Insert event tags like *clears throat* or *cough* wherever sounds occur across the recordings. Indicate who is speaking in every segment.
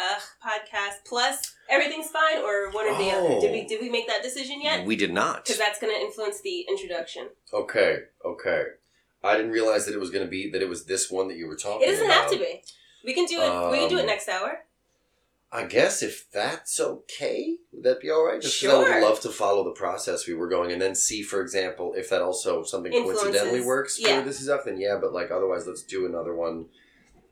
Speaker 1: Oh, class plus everything's fine, or one or the other? Did we
Speaker 2: Oh. Mm.
Speaker 1: did we make that decision yet?
Speaker 2: We did not.
Speaker 1: Because that's going to influence the introduction.
Speaker 2: Okay, okay. I didn't realize that it was going to be that it was this one that you were talking.
Speaker 1: It doesn't
Speaker 2: about.
Speaker 1: have to be. We can do it. we can do it
Speaker 2: Um,
Speaker 1: next hour.
Speaker 2: I guess if that's okay, would that be all right? Just 'cause I
Speaker 1: Sure.
Speaker 2: would love to follow the process we were going, and then see, for example, if that also something
Speaker 1: Influences.
Speaker 2: coincidentally works
Speaker 1: Yeah.
Speaker 2: for this is up. Then yeah, but like otherwise, let's do another one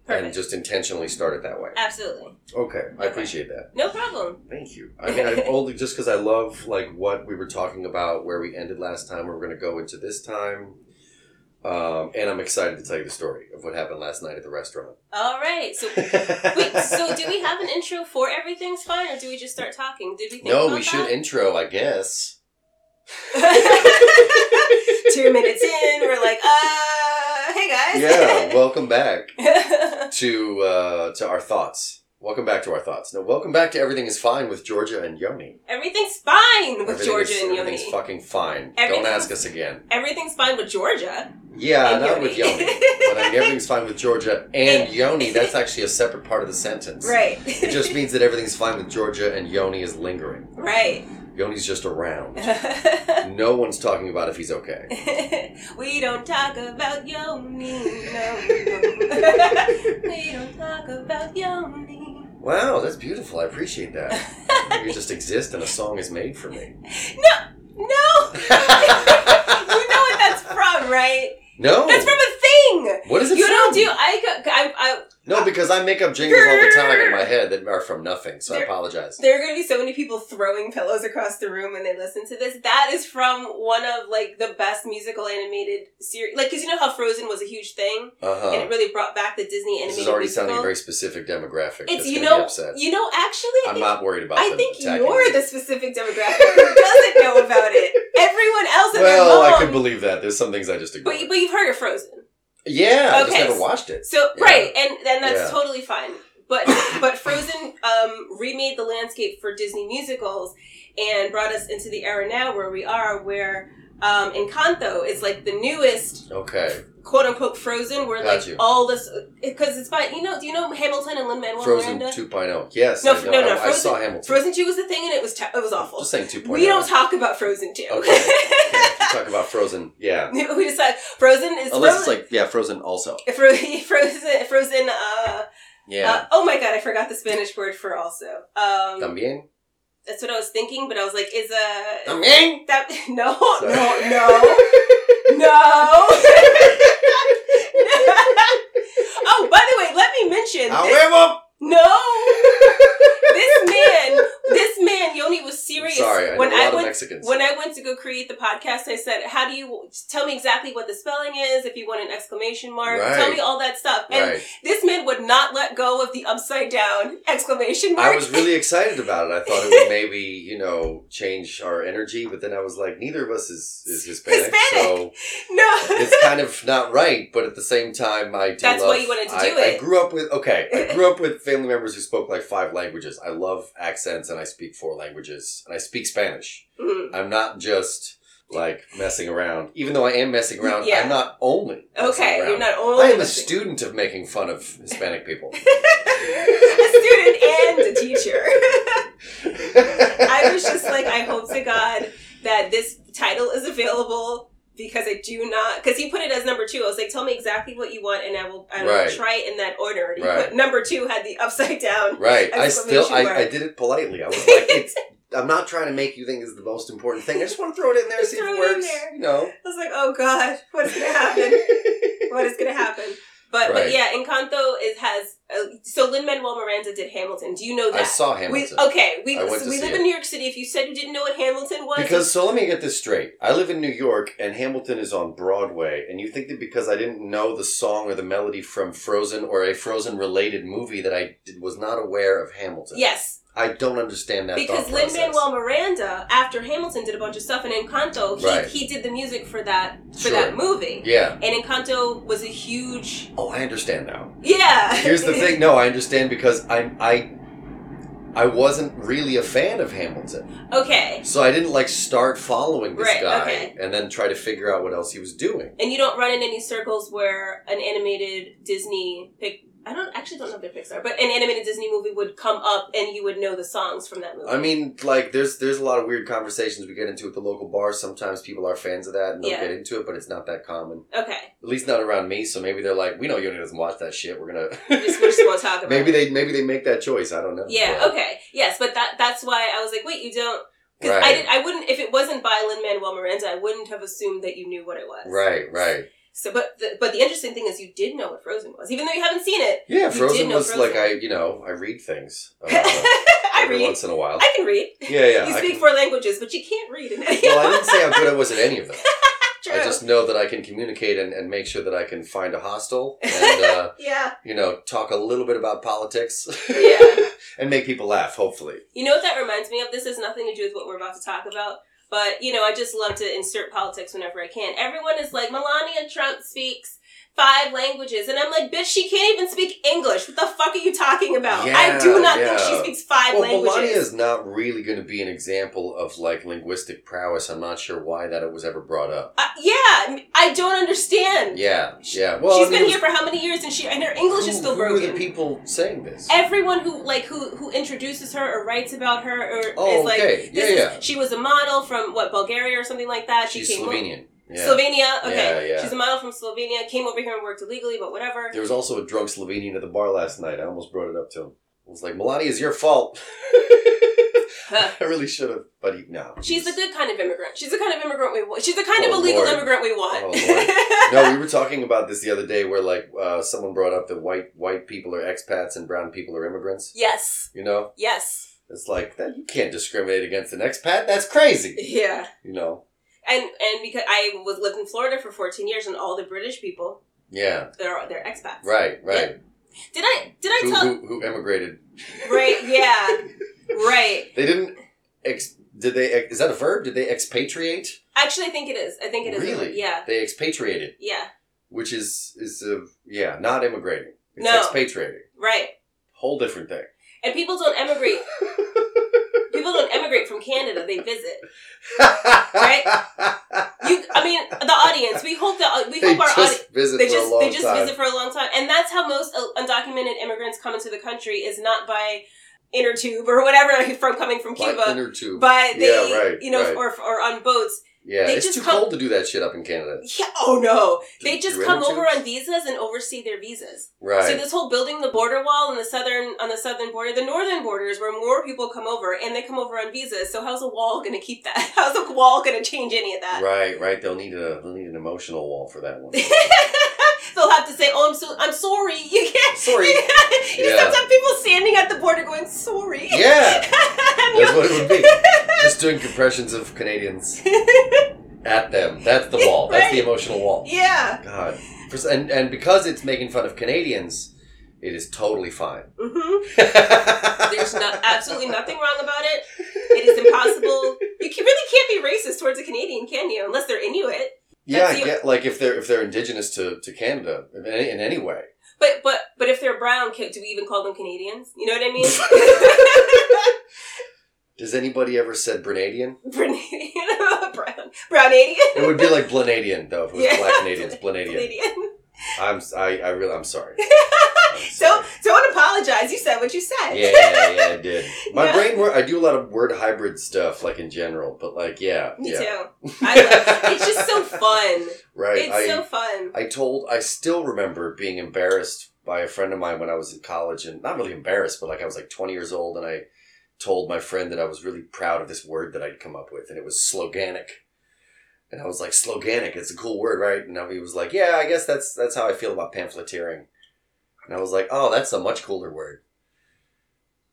Speaker 2: and
Speaker 1: Perfect.
Speaker 2: just intentionally start it that way.
Speaker 1: Absolutely,
Speaker 2: Okay, I
Speaker 1: Okay.
Speaker 2: appreciate that.
Speaker 1: no problem.
Speaker 2: Thank you. I mean, I only just because I love like what we were talking about, where we ended last time, where we're going to go into this time, um, and I'm excited to tell you the story of what happened last night at the restaurant.
Speaker 1: All right. So wait. So do we have an intro for everything's fine, or do we just start talking? Did we? Think
Speaker 2: No,
Speaker 1: about
Speaker 2: we should
Speaker 1: that?
Speaker 2: intro, I guess.
Speaker 1: *laughs* Two minutes in, we're like, uh, hey guys.
Speaker 2: Yeah, welcome back
Speaker 1: *laughs* Well,
Speaker 2: to uh, to our thoughts. Welcome back to our thoughts. No, welcome back to everything is fine with Georgia and Yoni.
Speaker 1: everything's fine with
Speaker 2: Everything
Speaker 1: Georgia
Speaker 2: is-
Speaker 1: and
Speaker 2: everything's
Speaker 1: Yoni.
Speaker 2: fucking fine. Don't
Speaker 1: Everything's-
Speaker 2: ask us again.
Speaker 1: everything's fine with Georgia.
Speaker 2: Yeah,
Speaker 1: And
Speaker 2: not
Speaker 1: Yoni.
Speaker 2: with
Speaker 1: *laughs*
Speaker 2: Yoni. but I mean, everything's fine with Georgia and Yoni. That's actually a separate part of the sentence.
Speaker 1: Right.
Speaker 2: It just means that everything's fine with Georgia and Yoni is lingering.
Speaker 1: *laughs* right. *laughs*
Speaker 2: Yoni's just around. No one's talking about if he's okay.
Speaker 1: we don't talk about Yoni. No, *laughs* we don't talk about Yoni.
Speaker 2: Wow, that's beautiful. I appreciate that.
Speaker 1: *laughs*
Speaker 2: You just exist and a song is made for me.
Speaker 1: No! *laughs* You know what that's from, right?
Speaker 2: no.
Speaker 1: That's from a thing!
Speaker 2: what is it
Speaker 1: You
Speaker 2: from?
Speaker 1: don't do. I, go- I, I,
Speaker 2: No, because I make up jingles all the time in my head that are from nothing, so I
Speaker 1: They're-
Speaker 2: apologize.
Speaker 1: There are going to be so many people throwing pillows across the room when they listen to this. That is from one of like the best musical animated series. Like, because you know how Frozen was a huge thing,
Speaker 2: Uh
Speaker 1: and
Speaker 2: huh.
Speaker 1: it really brought back the Disney animated.
Speaker 2: This is already
Speaker 1: musical.
Speaker 2: sounding very specific demographic.
Speaker 1: It's
Speaker 2: that's
Speaker 1: you
Speaker 2: gonna be
Speaker 1: know
Speaker 2: upset.
Speaker 1: you know actually I
Speaker 2: I'm
Speaker 1: think,
Speaker 2: not worried about.
Speaker 1: I
Speaker 2: them
Speaker 1: think
Speaker 2: attacking
Speaker 1: you're
Speaker 2: me.
Speaker 1: the specific demographic who doesn't know about it. Everyone else and
Speaker 2: Well,
Speaker 1: their mom.
Speaker 2: I could believe that. There's some things I just
Speaker 1: but
Speaker 2: agree.
Speaker 1: you- but you've heard of Frozen,
Speaker 2: yeah, I just
Speaker 1: Okay.
Speaker 2: never watched it.
Speaker 1: so
Speaker 2: Yeah.
Speaker 1: right, and then that's
Speaker 2: Yeah.
Speaker 1: totally fine. But but Frozen um, remade the landscape for Disney musicals and brought us into the era now where we are, where um, Encanto is like the newest
Speaker 2: Okay,
Speaker 1: quote unquote Frozen, where
Speaker 2: Got
Speaker 1: like
Speaker 2: you.
Speaker 1: all this because it's by you know do you know Hamilton and Lin Manuel
Speaker 2: Frozen
Speaker 1: Miranda?
Speaker 2: 2.0. Yes,
Speaker 1: No,
Speaker 2: I, know.
Speaker 1: no, no,
Speaker 2: I- I,
Speaker 1: Frozen-
Speaker 2: saw Hamilton.
Speaker 1: Frozen Two was the thing, and it was te- it was awful.
Speaker 2: Just saying 2.0.
Speaker 1: We don't talk about Frozen Two.
Speaker 2: Okay. Yeah, you talk about Frozen. Yeah,
Speaker 1: *laughs* we decide Frozen is
Speaker 2: unless it's
Speaker 1: Frozen.
Speaker 2: like yeah, Frozen also.
Speaker 1: Fro- *laughs* Frozen, Frozen. Uh,
Speaker 2: Yeah,
Speaker 1: uh, oh my god, I forgot the Spanish word for also. Um,
Speaker 2: también.
Speaker 1: that's what I was thinking, but I was like, is a
Speaker 2: También.
Speaker 1: that *laughs* Oh, no
Speaker 2: Sorry. *laughs*
Speaker 1: no *laughs* no no. oh, by the way, let me mention
Speaker 2: A
Speaker 1: this,
Speaker 2: huevo!
Speaker 1: no. this man, this man, Yoni was
Speaker 2: I'm
Speaker 1: serious
Speaker 2: Sorry, I know
Speaker 1: when
Speaker 2: a lot
Speaker 1: I
Speaker 2: of
Speaker 1: went
Speaker 2: Mexicans.
Speaker 1: When I went to go create the podcast, I said, "How do you tell me exactly what the spelling is? If you want an exclamation mark,
Speaker 2: Right.
Speaker 1: tell me all that stuff." And
Speaker 2: right.
Speaker 1: this man would not let go of the upside down exclamation mark.
Speaker 2: I was really excited about it. I thought it would maybe, you know, change our energy, but then I was like, neither of us is, is Hispanic,
Speaker 1: Hispanic.
Speaker 2: so
Speaker 1: no.
Speaker 2: it's kind of not right. But at the same time, I do.
Speaker 1: That's
Speaker 2: love,
Speaker 1: why you wanted to
Speaker 2: I,
Speaker 1: do
Speaker 2: I
Speaker 1: it.
Speaker 2: grew up with okay.
Speaker 1: *laughs*
Speaker 2: I grew up with family members who spoke like five languages. I love accents, and I speak four languages, and I speak Spanish.
Speaker 1: *laughs* Mm.
Speaker 2: I'm not just like messing around. Even though I am messing around,
Speaker 1: Yeah.
Speaker 2: I'm not only. messing
Speaker 1: Okay,
Speaker 2: around.
Speaker 1: you're not only.
Speaker 2: I am a
Speaker 1: listening.
Speaker 2: student of making fun of Hispanic people.
Speaker 1: *laughs* a student and
Speaker 2: *laughs*
Speaker 1: a teacher. *laughs* I was just like, I hope to God that this title is available because I do not because he put it as number two. I was like, tell me exactly what you want, and I will I will
Speaker 2: Right.
Speaker 1: try it in that order. And he
Speaker 2: Right.
Speaker 1: put number two had the upside down.
Speaker 2: Right. I still
Speaker 1: Exclamation
Speaker 2: I, I
Speaker 1: mark.
Speaker 2: did it politely. I was like, it's I'm not trying to make you think it's the most important thing. I just want to throw it in there,
Speaker 1: Just
Speaker 2: see if
Speaker 1: throw it
Speaker 2: it
Speaker 1: in
Speaker 2: works.
Speaker 1: there.
Speaker 2: You know.
Speaker 1: I was like, oh God, what is gonna happen?
Speaker 2: *laughs*
Speaker 1: what is gonna happen? But
Speaker 2: Right.
Speaker 1: but yeah, Encanto is has uh, so Lin Manuel Miranda did Hamilton. Do you know that?
Speaker 2: I saw
Speaker 1: we,
Speaker 2: Hamilton.
Speaker 1: okay, we
Speaker 2: I went
Speaker 1: so
Speaker 2: to
Speaker 1: we
Speaker 2: see
Speaker 1: live
Speaker 2: it.
Speaker 1: in New York City. If you said you didn't know what Hamilton was,
Speaker 2: Because so let me get this straight. I live in New York and Hamilton is on Broadway, and you think that because I didn't know the song or the melody from Frozen or a Frozen related movie that I did, was not aware of Hamilton.
Speaker 1: yes,
Speaker 2: I don't understand that
Speaker 1: because
Speaker 2: thought
Speaker 1: Lin
Speaker 2: process.
Speaker 1: Manuel Miranda, after Hamilton did a bunch of stuff in Encanto, he,
Speaker 2: Right.
Speaker 1: he did the music for that for
Speaker 2: Sure.
Speaker 1: that movie.
Speaker 2: Yeah.
Speaker 1: And Encanto was a huge
Speaker 2: Oh, I understand now.
Speaker 1: yeah.
Speaker 2: Here's the thing. No, I understand because I I I wasn't really a fan of Hamilton,
Speaker 1: *laughs* okay,
Speaker 2: so I didn't like start following this
Speaker 1: Right,
Speaker 2: guy
Speaker 1: okay.
Speaker 2: and then try to figure out what else he was doing.
Speaker 1: and you don't run in any circles where an animated Disney pic- I don't actually don't know if they're Pixar, but an animated Disney movie would come up and you would know the songs from that movie.
Speaker 2: I mean, like there's there's a lot of weird conversations we get into at the local bar. Sometimes people are fans of that and they'll
Speaker 1: Yeah.
Speaker 2: get into it, but it's not that common.
Speaker 1: okay,
Speaker 2: At least not around me. So maybe they're like, we know Yoni doesn't watch that shit. We're
Speaker 1: *laughs* we just, we
Speaker 2: *laughs* gonna.
Speaker 1: just won't talk about.
Speaker 2: maybe
Speaker 1: it.
Speaker 2: they maybe they make that choice. I don't know.
Speaker 1: Yeah.
Speaker 2: But-
Speaker 1: Okay. Yes, but that that's why I was like, wait, you don't. Because I
Speaker 2: Right.
Speaker 1: did. I wouldn't. If it wasn't by Lin Manuel Miranda, I wouldn't have assumed that you knew what it was.
Speaker 2: Right. Right.
Speaker 1: So, but the, but the interesting thing is, you did know what Frozen was, even though you haven't seen it.
Speaker 2: Yeah,
Speaker 1: You did
Speaker 2: Frozen
Speaker 1: know
Speaker 2: was
Speaker 1: Frozen.
Speaker 2: like I, you know, I read things uh,
Speaker 1: *laughs* I
Speaker 2: every
Speaker 1: read.
Speaker 2: once in a while.
Speaker 1: I can read.
Speaker 2: yeah, yeah.
Speaker 1: you
Speaker 2: I
Speaker 1: speak
Speaker 2: can-
Speaker 1: four languages, but you can't read in any. *laughs*
Speaker 2: well, I didn't say how good I was at any of them.
Speaker 1: True.
Speaker 2: I just know that I can communicate and, and make sure that I can find
Speaker 1: *laughs*
Speaker 2: a hostel and uh,
Speaker 1: *laughs* yeah.
Speaker 2: you know talk a little bit about politics. *laughs*
Speaker 1: Yeah.
Speaker 2: and make people laugh. Hopefully,
Speaker 1: You know what that reminds me of? This has nothing to do with what we're about to talk about, but you know, I just love to insert politics whenever I can. Everyone is like, Melania Trump speaks five languages, and I'm like, bitch, she can't even speak English. What the fuck are you talking about? I do
Speaker 2: Yeah,
Speaker 1: not think
Speaker 2: yeah.
Speaker 1: she speaks five
Speaker 2: well,
Speaker 1: languages.
Speaker 2: Melania is not really going to be an example of like linguistic prowess. I'm not sure why that it was ever brought up.
Speaker 1: Uh, yeah, I don't understand.
Speaker 2: Yeah, yeah. Well,
Speaker 1: She's
Speaker 2: I mean,
Speaker 1: been
Speaker 2: it
Speaker 1: here for how many years, and she and her English
Speaker 2: was-
Speaker 1: is
Speaker 2: who-
Speaker 1: still
Speaker 2: who
Speaker 1: broken.
Speaker 2: Were the people saying this?
Speaker 1: Everyone who like who who introduces her or writes about her or
Speaker 2: oh,
Speaker 1: is like,
Speaker 2: okay.
Speaker 1: this
Speaker 2: yeah,
Speaker 1: is,
Speaker 2: yeah.
Speaker 1: She was a model from what Bulgaria or something like that. She
Speaker 2: She's
Speaker 1: came over-
Speaker 2: Slovenian. Yeah.
Speaker 1: Slovenia. Okay,
Speaker 2: Yeah, yeah.
Speaker 1: she's a model from Slovenia. Came over here and worked illegally, but whatever.
Speaker 2: There was also a drunk Slovenian at the bar last night. I almost brought it up to him. I was like, Melania, is your fault. *laughs*
Speaker 1: Huh.
Speaker 2: I really should have, but he, no.
Speaker 1: She's the good kind of immigrant. She's the kind of immigrant we want. She's the kind of
Speaker 2: Oh,
Speaker 1: illegal
Speaker 2: Lord.
Speaker 1: immigrant we want.
Speaker 2: Oh,
Speaker 1: *laughs*
Speaker 2: Lord. No, we were talking about this the other day, where like uh, someone brought up that white white people are expats and brown people are immigrants.
Speaker 1: yes,
Speaker 2: You know,
Speaker 1: yes,
Speaker 2: it's like that you can't discriminate against an expat. That's crazy.
Speaker 1: yeah.
Speaker 2: You know,
Speaker 1: And and because I was lived in Florida for 14 years, and all the British people
Speaker 2: yeah,
Speaker 1: they're they're expats.
Speaker 2: right, right.
Speaker 1: Did I did I
Speaker 2: Who,
Speaker 1: tell
Speaker 2: who, who immigrated?
Speaker 1: right? Yeah, right.
Speaker 2: They didn't. Ex- did they? ex- Is that a verb? Did they expatriate?
Speaker 1: Actually, I think it is. I think it is.
Speaker 2: Really?
Speaker 1: Yeah,
Speaker 2: They expatriated,
Speaker 1: yeah.
Speaker 2: which is is a yeah, not immigrating. It's
Speaker 1: No.
Speaker 2: expatriating.
Speaker 1: Right.
Speaker 2: Whole different thing.
Speaker 1: And people don't emigrate. people don't emigrate from Canada. They visit.
Speaker 2: right? *laughs*
Speaker 1: You, I mean, the audience. We hope that uh, we
Speaker 2: they
Speaker 1: hope our
Speaker 2: just
Speaker 1: audience.
Speaker 2: visit
Speaker 1: They
Speaker 2: for a
Speaker 1: just
Speaker 2: long
Speaker 1: they just
Speaker 2: time.
Speaker 1: visit for a long time, and that's how most uh, undocumented immigrants come into the country is not by inner tube or whatever *laughs* from coming from
Speaker 2: Like
Speaker 1: Cuba,
Speaker 2: inner tube.
Speaker 1: but they
Speaker 2: Yeah, right,
Speaker 1: you know
Speaker 2: right.
Speaker 1: or or on boats.
Speaker 2: yeah,
Speaker 1: they
Speaker 2: it's
Speaker 1: just
Speaker 2: too
Speaker 1: come-
Speaker 2: cold to do that shit up in Canada.
Speaker 1: Yeah, oh no, they
Speaker 2: Do-
Speaker 1: just
Speaker 2: do
Speaker 1: come
Speaker 2: inner
Speaker 1: over
Speaker 2: tubes?
Speaker 1: on visas and oversee their visas.
Speaker 2: Right.
Speaker 1: So this whole building the border wall on the southern on the southern border, the northern border is where more people come over, and they come over on visas. So how's a wall going to keep that? *laughs* How's a wall going to change any of that?
Speaker 2: right, right. They'll need a they'll need an emotional wall for that one.
Speaker 1: *laughs* They'll have to say, "Oh, I'm so I'm sorry." *laughs* You can't.
Speaker 2: Sorry.
Speaker 1: you just
Speaker 2: Yeah.
Speaker 1: have to have people standing at the border going, "Sorry." *laughs* And
Speaker 2: yeah, that's
Speaker 1: you're-
Speaker 2: what it would be. Just doing compressions
Speaker 1: *laughs*
Speaker 2: of Canadians at them. That's the wall. That's the
Speaker 1: Right.
Speaker 2: emotional wall.
Speaker 1: yeah.
Speaker 2: God, For s- and and because it's making fun of Canadians, it is totally fine. *laughs*
Speaker 1: hmm There's not, absolutely nothing wrong about it. It is impossible. You can, really can't be racist towards a Canadian, can you? Unless they're Inuit.
Speaker 2: Yeah,
Speaker 1: That's
Speaker 2: I
Speaker 1: the-
Speaker 2: get like if they're if they're indigenous to, to Canada in any, in any way.
Speaker 1: But but but if they're brown, can, do we even call them Canadians? You know what I mean? *laughs*
Speaker 2: Does anybody ever said Grenadian?
Speaker 1: Brunadian, brown, brownadian,
Speaker 2: It would be like Blenadian though if it
Speaker 1: *laughs*
Speaker 2: was
Speaker 1: Yeah.
Speaker 2: Black Canadians, Blenadian.
Speaker 1: Canadian.
Speaker 2: I'm s- I, I really
Speaker 1: *laughs*
Speaker 2: I'm sorry. I'm sorry.
Speaker 1: Don't don't apologize. You said what you said.
Speaker 2: yeah, yeah, yeah, I did. My
Speaker 1: Yeah.
Speaker 2: brain wor I do a lot of word hybrid stuff, like in general, but like yeah,
Speaker 1: Me
Speaker 2: yeah,
Speaker 1: too. I love, it's just so fun.
Speaker 2: right.
Speaker 1: It's
Speaker 2: I
Speaker 1: so fun.
Speaker 2: I told I still remember being embarrassed by a friend of mine when I was in college, and not really embarrassed, but like I was like twenty years old, and I told my friend that I was really proud of this word that I'd come up with, and it was sloganic. And I was like, sloganic, it's a cool word, right? And he was like, yeah, I guess that's that's how I feel about pamphleteering. And I was like, oh, that's a much cooler word.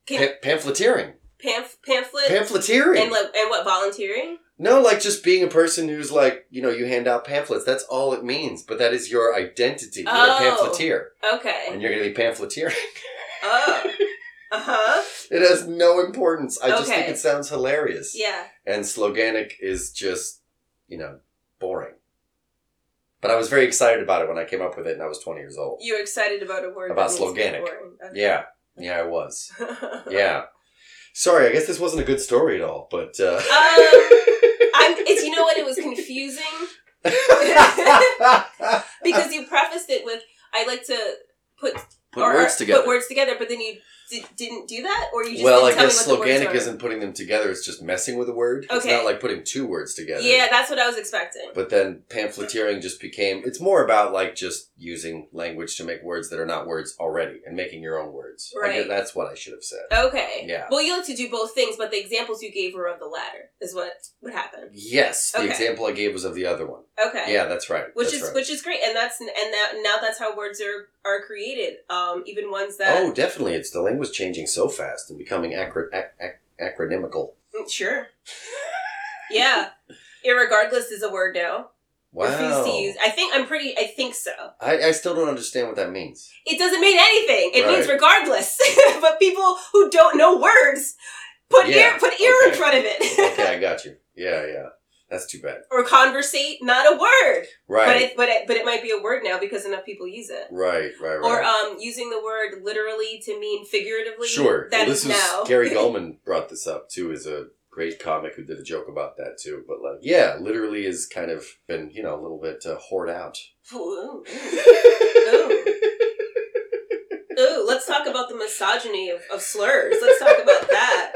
Speaker 1: Can-
Speaker 2: Pa- pamphleteering.
Speaker 1: Pamf- pamphlet
Speaker 2: Pamphleteering.
Speaker 1: and like and what volunteering?
Speaker 2: No, like just being a person who's like, you know, you hand out pamphlets. That's all it means. But that is your identity. You're
Speaker 1: Oh.
Speaker 2: a pamphleteer. And
Speaker 1: Okay.
Speaker 2: you're going to be pamphleteering.
Speaker 1: Oh. Uh huh.
Speaker 2: *laughs* It has no importance. I just think
Speaker 1: Okay.
Speaker 2: it sounds hilarious.
Speaker 1: Yeah.
Speaker 2: And sloganic is just, you know, boring. But I was very excited about it when I came up with it and I was 20 years old.
Speaker 1: You're excited about a word
Speaker 2: About
Speaker 1: that means
Speaker 2: sloganic.
Speaker 1: boring. Okay.
Speaker 2: Yeah. Yeah, I was.
Speaker 1: *laughs*
Speaker 2: Yeah. Sorry, I guess this wasn't a good story at all, but. Uh...
Speaker 1: Um, I'm, it's you know what it was confusing Um.
Speaker 2: *laughs*
Speaker 1: *laughs* because you prefaced it with I like to put
Speaker 2: Put words together.
Speaker 1: uh, Put words together, but then you d- didn't do that, or you just
Speaker 2: well, I
Speaker 1: didn't tell
Speaker 2: guess
Speaker 1: me what the
Speaker 2: Sloganic
Speaker 1: words were.
Speaker 2: isn't putting them together. It's just messing with a word. It's
Speaker 1: Okay.
Speaker 2: not like putting two words together.
Speaker 1: Yeah, that's what I was expecting.
Speaker 2: But then pamphleteering just became. It's more about like just using language to make words that are not words already and making your own words. I guess
Speaker 1: Right.
Speaker 2: that's what I should have said.
Speaker 1: Okay.
Speaker 2: Yeah.
Speaker 1: Well, you like to do both things, but the examples you gave were of the latter, is what what happened.
Speaker 2: Yes, the
Speaker 1: Okay.
Speaker 2: example I gave was of the other one.
Speaker 1: Okay.
Speaker 2: Yeah, that's right.
Speaker 1: Which
Speaker 2: that's
Speaker 1: is
Speaker 2: right.
Speaker 1: which is great, and that's and that now that's how words are are created. Um, even ones that
Speaker 2: Oh, definitely. It's the language changing so fast and becoming acro- ac- ac- acronymical.
Speaker 1: Mm, sure, yeah. Irregardless is a word now.
Speaker 2: Wow.
Speaker 1: Refuse to use. I think I'm pretty. I think so.
Speaker 2: I, I still don't understand what that means.
Speaker 1: *laughs* It doesn't mean anything. It means
Speaker 2: Right.
Speaker 1: regardless. *laughs* but people who don't know words put
Speaker 2: Yeah,
Speaker 1: ear put ear in
Speaker 2: okay.
Speaker 1: front of it
Speaker 2: Okay, I got you. Yeah, yeah. That's too bad.
Speaker 1: *laughs* or conversate. Not a word. But
Speaker 2: Right.
Speaker 1: it but it but it might be a word now because enough people use it.
Speaker 2: right, right, right.
Speaker 1: Or um, using the word literally to mean figuratively.
Speaker 2: sure.
Speaker 1: That
Speaker 2: well,
Speaker 1: is
Speaker 2: this was
Speaker 1: now. *laughs*
Speaker 2: Gary Goldman brought this up too. Is a great comic who did a joke about that too. But like, yeah, literally is kind of been you know a little bit uh, hoard
Speaker 1: *laughs*
Speaker 2: out.
Speaker 1: Ooh, ooh, let's talk about the misogyny of, of slurs. Let's talk about that.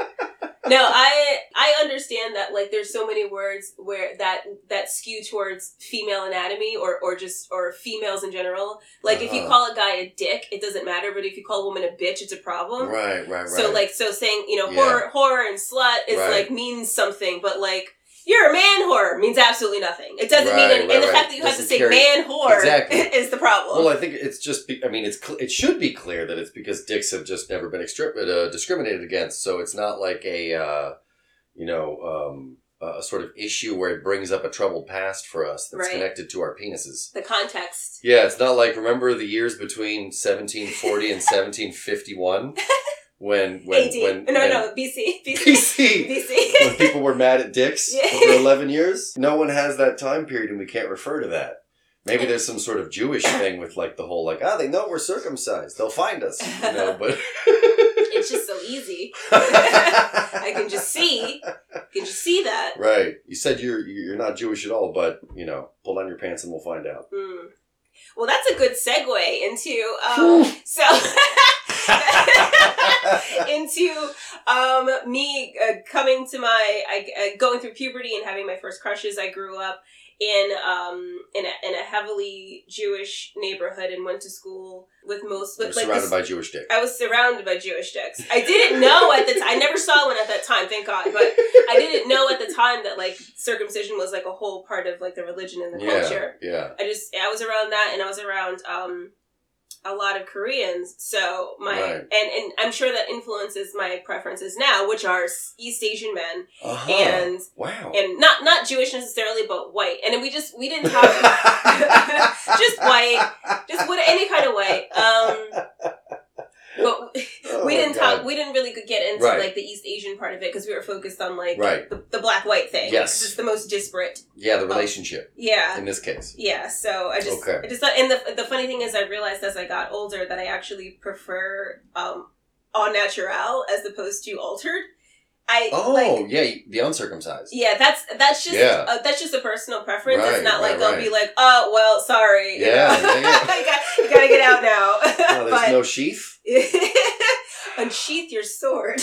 Speaker 1: No, I I understand that like there's so many words where that that skew towards female anatomy or or just or females in general. Like if you
Speaker 2: Uh-huh.
Speaker 1: call a guy a dick, it doesn't matter, but if you call a woman a bitch, it's a problem.
Speaker 2: right, right, right.
Speaker 1: So like so saying you know
Speaker 2: Yeah.
Speaker 1: horror horror and slut is
Speaker 2: Right.
Speaker 1: like means something, but like you're a man whore means absolutely nothing. It doesn't
Speaker 2: Right,
Speaker 1: mean anything.
Speaker 2: right,
Speaker 1: and the
Speaker 2: right.
Speaker 1: fact that you have to
Speaker 2: Doesn't
Speaker 1: say
Speaker 2: carry-
Speaker 1: man whore
Speaker 2: Exactly.
Speaker 1: *laughs* is the problem.
Speaker 2: Well, I think it's just. Be, I mean, it's cl- it should be clear that it's because dicks have just never been extri- uh, discriminated against. So it's not like a, uh, you know, um, a a sort of issue where it brings up a troubled past for us that's
Speaker 1: Right.
Speaker 2: connected to our penises.
Speaker 1: the context.
Speaker 2: Yeah, it's not like remember the years between 1740
Speaker 1: *laughs*
Speaker 2: and 1751 when when
Speaker 1: AD.
Speaker 2: when
Speaker 1: no,
Speaker 2: when- *laughs*
Speaker 1: no, BC. BC.
Speaker 2: BC when
Speaker 1: BC.
Speaker 2: people were mad at dicks
Speaker 1: Yeah.
Speaker 2: for 11 years. No one has that time period and we can't refer to that. Maybe there's some sort of
Speaker 1: *laughs*
Speaker 2: Jewish thing with like the whole like, ah, they know we're circumcised. They'll find us. You
Speaker 1: *laughs*
Speaker 2: know, but
Speaker 1: it's just so easy. I
Speaker 2: I
Speaker 1: can just see. I can just see that.
Speaker 2: *laughs* Right. You said you're you're not Jewish at all, but you know, pull down your pants and we'll find
Speaker 1: *laughs*
Speaker 2: out.
Speaker 1: Mm. Well, that's a good segue into um, so. *laughs* into um, me uh, coming to my I, uh, going through puberty and having my first crushes. I grew up in um, in, a, in a heavily Jewish neighborhood and went to school with most
Speaker 2: You're
Speaker 1: with like
Speaker 2: surrounded
Speaker 1: this-
Speaker 2: by Jewish dick.
Speaker 1: I was surrounded by Jewish dicks. I didn't know at the time. I never saw one at that time. Thank God, but I didn't know at the time that like circumcision was like a whole part of like the religion and the culture.
Speaker 2: Yeah.
Speaker 1: I just I was around that, and I was around um, a lot of Koreans. So my
Speaker 2: Right.
Speaker 1: and and I'm sure that influences my preferences now, which are s- East Asian men
Speaker 2: Uh-huh.
Speaker 1: and
Speaker 2: wow. *laughs*
Speaker 1: and not not Jewish necessarily, but white. And then we just we didn't have *laughs*
Speaker 2: *laughs*
Speaker 1: Just white. just what any kind of white. Um, but
Speaker 2: Oh
Speaker 1: we
Speaker 2: my
Speaker 1: didn't
Speaker 2: God.
Speaker 1: talk. We didn't really get into
Speaker 2: Right.
Speaker 1: like the East Asian part of it because we were focused on like
Speaker 2: Right.
Speaker 1: the, the black white thing.
Speaker 2: Yes.
Speaker 1: 'cause it's the most disparate.
Speaker 2: Yeah, the relationship
Speaker 1: Yeah.
Speaker 2: in this case.
Speaker 1: Yeah, so I just
Speaker 2: Okay.
Speaker 1: I just thought, and the the funny thing is, I realized as I got older that I actually prefer um au natural as opposed to altered. I
Speaker 2: Oh,
Speaker 1: like
Speaker 2: yeah, you- the uncircumcised.
Speaker 1: *laughs* yeah, that's that's just
Speaker 2: Yeah.
Speaker 1: uh, that's just a personal preference.
Speaker 2: Right,
Speaker 1: it's not like
Speaker 2: right,
Speaker 1: I'll
Speaker 2: right.
Speaker 1: be like, oh well, sorry. you
Speaker 2: Yeah,
Speaker 1: know?
Speaker 2: yeah,
Speaker 1: *laughs*
Speaker 2: yeah.
Speaker 1: you, got, you gotta get out now.
Speaker 2: Oh, there's
Speaker 1: *laughs*
Speaker 2: no sheath. *laughs*
Speaker 1: but *laughs* unsheath your sword.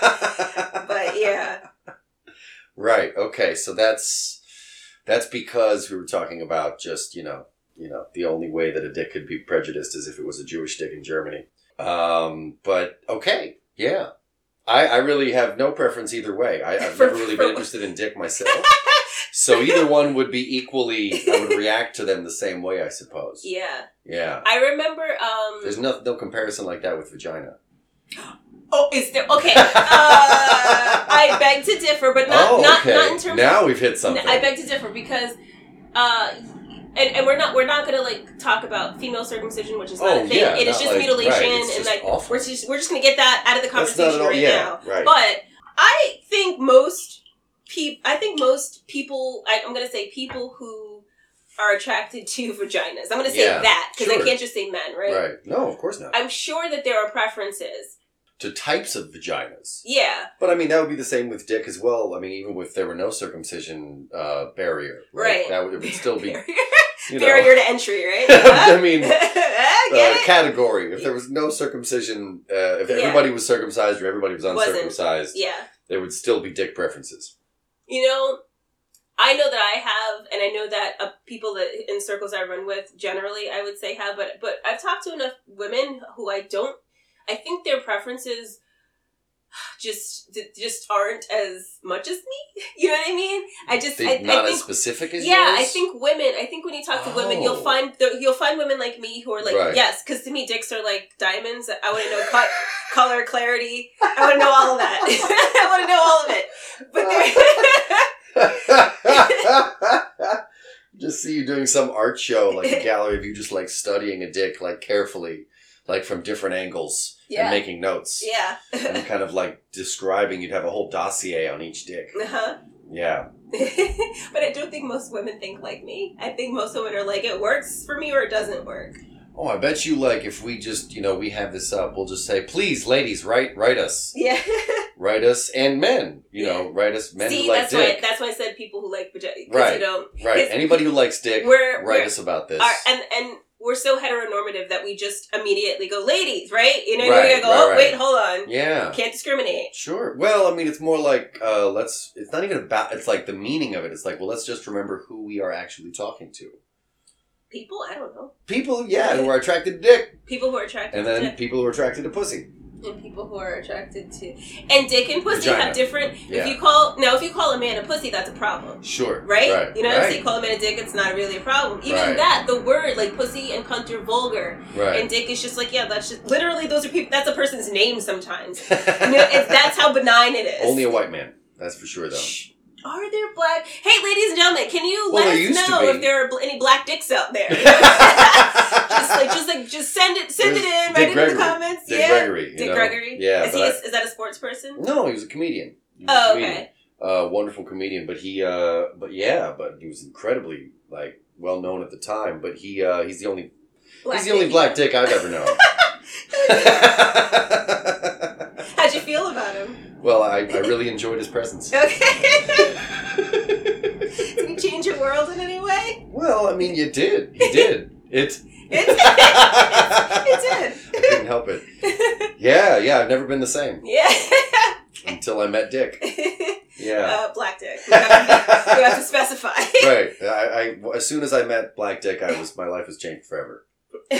Speaker 1: but yeah,
Speaker 2: Right. Okay. So that's that's because we were talking about just you know you know the only way that a dick could be prejudiced is if it was a Jewish dick in Germany. Um, but okay. Yeah. I, I really have no preference either way. I, I've
Speaker 1: For-
Speaker 2: never really
Speaker 1: for
Speaker 2: been
Speaker 1: what?
Speaker 2: interested in dick myself. so either one would be equally. I would react to them the same way, I suppose.
Speaker 1: yeah.
Speaker 2: Yeah.
Speaker 1: I remember. um
Speaker 2: There's no no comparison like that with vagina.
Speaker 1: Oh, is there? Okay. Uh, I beg to differ, but not not, not in terms.
Speaker 2: Oh, now we've hit
Speaker 1: of,
Speaker 2: something.
Speaker 1: I beg to differ because, uh, and, and we're not we're not gonna like talk about female circumcision, which is not
Speaker 2: Oh,
Speaker 1: a thing.
Speaker 2: yeah,
Speaker 1: it is
Speaker 2: not
Speaker 1: just
Speaker 2: like-
Speaker 1: mutilation,
Speaker 2: right, it's
Speaker 1: and
Speaker 2: just
Speaker 1: like
Speaker 2: awful.
Speaker 1: we're just we're just gonna get that out of the
Speaker 2: That's not
Speaker 1: conversation
Speaker 2: at all-
Speaker 1: right
Speaker 2: yeah,
Speaker 1: now.
Speaker 2: right.
Speaker 1: But I think most peop I think most people. I, I'm gonna say people who are attracted to vaginas. I'm gonna say
Speaker 2: Yeah,
Speaker 1: that because I
Speaker 2: sure.
Speaker 1: can't just say men, right?
Speaker 2: right. No, of course not.
Speaker 1: I'm sure that there are preferences.
Speaker 2: to types of vaginas.
Speaker 1: Yeah.
Speaker 2: But I mean, that would be the same with dick as well. I mean, even if there were no circumcision uh, barrier,
Speaker 1: Right. *laughs*
Speaker 2: That would, it would still be. *laughs* you know, *laughs*
Speaker 1: barrier to entry, right?
Speaker 2: I mean,
Speaker 1: *laughs* Uh, get
Speaker 2: uh,
Speaker 1: it?
Speaker 2: category. If there was no circumcision, uh, if
Speaker 1: Yeah.
Speaker 2: everybody was circumcised or everybody was
Speaker 1: Wasn't.
Speaker 2: uncircumcised,
Speaker 1: Yeah.
Speaker 2: there would still be dick preferences.
Speaker 1: You know, I know that I have, and I know that uh, people that in circles I run with generally, I would say have, but but I've talked to enough women who I don't. I think their preferences *sighs* just just aren't as much as me. *laughs* You know what I mean? I just
Speaker 2: They-
Speaker 1: I,
Speaker 2: not
Speaker 1: I think
Speaker 2: as specific as
Speaker 1: yeah, I
Speaker 2: yours?
Speaker 1: think women. I think when you talk to women, you'll
Speaker 2: Oh.
Speaker 1: find the, you'll find women like me who are like
Speaker 2: Right.
Speaker 1: yes, because to me dicks are like diamonds. I want to know cut, color, clarity. I want to know all of that. *laughs* I want to know all of it. But
Speaker 2: *laughs*
Speaker 1: they're-
Speaker 2: *laughs* just see you doing some art show, like a gallery of you just like studying a dick, like carefully, like from different angles
Speaker 1: *laughs* Yeah.
Speaker 2: and making notes.
Speaker 1: yeah,
Speaker 2: And kind of like describing, you'd have a whole dossier on each dick.
Speaker 1: uh-huh. *laughs*
Speaker 2: Yeah.
Speaker 1: but I don't think most women think like me. I think most women are like it works for me or it doesn't work.
Speaker 2: Oh, I bet you like if we just, you know, we have this up, we'll just say, please, ladies, write write us.
Speaker 1: Yeah.
Speaker 2: Write us and men. You know, write us men
Speaker 1: See,
Speaker 2: who like
Speaker 1: that's
Speaker 2: dick.
Speaker 1: why that's why I said people who like vagina. Right.
Speaker 2: Right.
Speaker 1: You don't.
Speaker 2: right.
Speaker 1: 'cause
Speaker 2: Anybody who likes dick,
Speaker 1: We're,
Speaker 2: write
Speaker 1: we're
Speaker 2: us about this.
Speaker 1: are and and we're so heteronormative that we just immediately go ladies, right? You know, what I mean?
Speaker 2: Right,
Speaker 1: I go,
Speaker 2: right,
Speaker 1: oh
Speaker 2: right.
Speaker 1: wait, hold on,
Speaker 2: yeah.
Speaker 1: can't discriminate.
Speaker 2: Sure. Well, I mean, it's more like uh, let's. It's not even about. It's like the meaning of it. It's like, well, let's just remember who we are actually talking to.
Speaker 1: People, I don't know.
Speaker 2: People, yeah, who are attracted to dick,
Speaker 1: People who are attracted
Speaker 2: and
Speaker 1: to
Speaker 2: then
Speaker 1: dick
Speaker 2: people who are attracted to pussy.
Speaker 1: and people who are attracted to and dick and pussy
Speaker 2: Vagina.
Speaker 1: have different.
Speaker 2: Yeah.
Speaker 1: If you call now, if you call a man a pussy, that's a problem.
Speaker 2: Sure.
Speaker 1: Right?
Speaker 2: Right.
Speaker 1: you know what I'm saying?
Speaker 2: right,
Speaker 1: Call a man a dick, it's not really a problem. Even
Speaker 2: Right.
Speaker 1: that, the word like pussy and cunt are vulgar,
Speaker 2: Right.
Speaker 1: and dick is just like yeah, that's just literally those are people. That's a person's name sometimes.
Speaker 2: *laughs*
Speaker 1: you know, it's, that's how benign it is.
Speaker 2: Only a white man. That's for sure, though. *laughs*
Speaker 1: Shh. Are there black? Hey, ladies and gentlemen, can you
Speaker 2: Well,
Speaker 1: let
Speaker 2: there
Speaker 1: us
Speaker 2: used to
Speaker 1: know
Speaker 2: be.
Speaker 1: if there are bl- any black dicks out
Speaker 2: *laughs*
Speaker 1: there? *laughs* just like, just like, just send it, send it
Speaker 2: There's
Speaker 1: in,
Speaker 2: Dick
Speaker 1: write it in
Speaker 2: Gregory.
Speaker 1: the comments.
Speaker 2: Dick
Speaker 1: yeah,
Speaker 2: Gregory. you
Speaker 1: Dick
Speaker 2: know?
Speaker 1: Gregory.
Speaker 2: Yeah.
Speaker 1: is,
Speaker 2: but Mm,
Speaker 1: he,
Speaker 2: I-
Speaker 1: a- is that a sports person?
Speaker 2: no, he was a comedian. He was a
Speaker 1: Oh,
Speaker 2: comedian.
Speaker 1: okay.
Speaker 2: uh, wonderful comedian, but he, uh, but yeah, but he was incredibly like well known at the time. But he, uh, he's the only, he's the only
Speaker 1: dick.
Speaker 2: black dick I've ever *laughs* known.
Speaker 1: How'd you feel about him?
Speaker 2: well, I, I really enjoyed his presence. *laughs*
Speaker 1: Okay. Did he change your world in any way?
Speaker 2: Well, I mean, you did. *laughs* You did. It.
Speaker 1: It,
Speaker 2: *laughs* I
Speaker 1: it did.
Speaker 2: couldn't help it. *laughs* Yeah, yeah. I've never been the same
Speaker 1: Yeah.
Speaker 2: until I met Dick. Yeah.
Speaker 1: uh, black dick.
Speaker 2: *laughs*
Speaker 1: We have to, we have to specify.
Speaker 2: right. I, I. As soon as I met Black Dick, I was my life was changed forever.
Speaker 1: *laughs*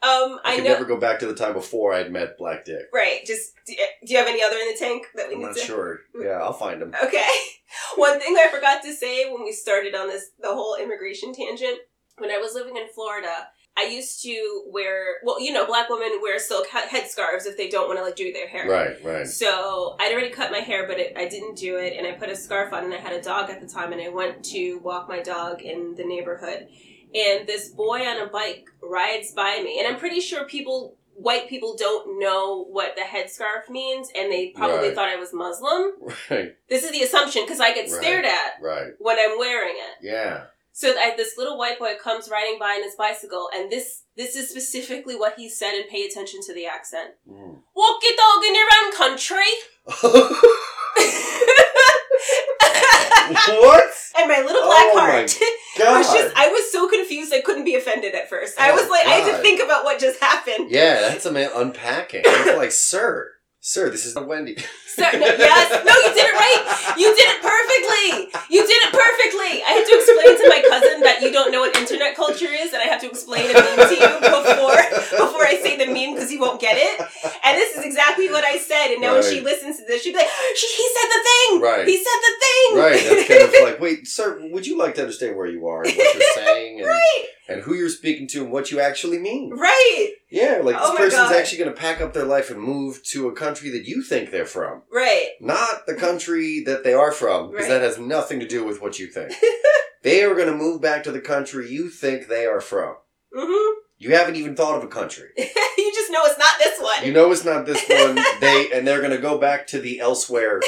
Speaker 1: Um,
Speaker 2: I
Speaker 1: I
Speaker 2: could
Speaker 1: know.
Speaker 2: never go back to the time before I'd met Black Dick.
Speaker 1: Right. Just do do you have any other in the tank that we
Speaker 2: I'm
Speaker 1: need
Speaker 2: not
Speaker 1: to?
Speaker 2: sure. Yeah, I'll find him.
Speaker 1: Okay. *laughs* One thing I forgot to say when we started on this the whole immigration tangent. When I was living in Florida, I used to wear well, you know, black women wear silk he- headscarves if they don't want to like do their hair.
Speaker 2: Right, right. *laughs*
Speaker 1: So I'd already cut my hair, but it, I didn't do it, and I put a scarf on, and I had a dog at the time, and I went to walk my dog in the neighborhood, and this boy on a bike rides by me, and I'm pretty sure people, white people, don't know what the headscarf means, and they probably
Speaker 2: Right.
Speaker 1: thought I was Muslim.
Speaker 2: Right,
Speaker 1: This is the assumption because I get stared at
Speaker 2: right.
Speaker 1: when I'm wearing it.
Speaker 2: Yeah.
Speaker 1: So I, this little white boy comes riding by on his bicycle, and this this is specifically what he said, and pay attention to the accent.
Speaker 2: *laughs* Mm.
Speaker 1: Walk your dog in your own country. *laughs* and
Speaker 2: what?
Speaker 1: my little black
Speaker 2: Oh my
Speaker 1: heart *laughs*
Speaker 2: God.
Speaker 1: was just I was so confused I couldn't be offended at first. I
Speaker 2: Oh,
Speaker 1: was like I had to
Speaker 2: God.
Speaker 1: think about what just happened.
Speaker 2: yeah, that's a man unpacking. It's like, sir, sir, this is not Wendy.
Speaker 1: So, no, *laughs* yes. No, you did it right. You did it perfectly. You did it perfectly. I had to explain to my cousin that you don't know what internet culture is and I have to explain a meme to you before
Speaker 2: *laughs*
Speaker 1: before I say the meme because you won't get it. And this is exactly what I said. And now when she
Speaker 2: Right.
Speaker 1: listens to this, she'd be like, she, he said the thing.
Speaker 2: Right.
Speaker 1: He said the thing.
Speaker 2: Right, that's kind of like, wait, sir, would you like to understand where you are and
Speaker 1: *laughs*
Speaker 2: what you're saying and,
Speaker 1: right.
Speaker 2: and who you're speaking to and what you actually mean?
Speaker 1: *laughs* Right.
Speaker 2: Yeah, like
Speaker 1: Oh
Speaker 2: this
Speaker 1: my
Speaker 2: person's
Speaker 1: God.
Speaker 2: actually going to pack up their life and move to a country that you think they're from,
Speaker 1: Right.
Speaker 2: not the country that they are from, because
Speaker 1: Right.
Speaker 2: that has nothing to do with what you think. *laughs* they are going to move back to the country you think they are from.
Speaker 1: Mm-hmm. *laughs*
Speaker 2: You haven't even thought of a country.
Speaker 1: you just know it's not this one.
Speaker 2: You know it's not this one.
Speaker 1: *laughs*
Speaker 2: They and they're gonna go back to the elsewhere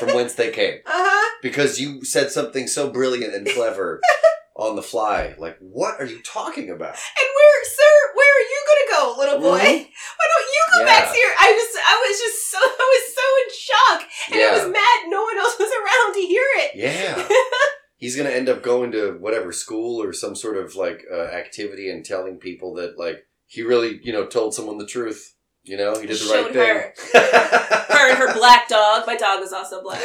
Speaker 2: from whence they came
Speaker 1: Uh-huh.
Speaker 2: because you said something so brilliant and clever
Speaker 1: *laughs*
Speaker 2: on the fly. Like, what are you talking about?
Speaker 1: And where, sir, where are you gonna go, little boy?
Speaker 2: Mhm.
Speaker 1: *laughs* Why don't you go
Speaker 2: Yeah.
Speaker 1: back to your I just I was just so *laughs* I was so in shock. And I was *laughs*
Speaker 2: Yeah,
Speaker 1: mad no one else was around to hear it. *laughs*
Speaker 2: yeah. He's gonna end up going to whatever school or some sort of like uh, activity and telling people that like he really you know told someone the truth. You know, he did the right
Speaker 1: Showed
Speaker 2: *laughs*
Speaker 1: her.
Speaker 2: thing.
Speaker 1: Her *laughs* and her black dog. My dog was also *laughs* black.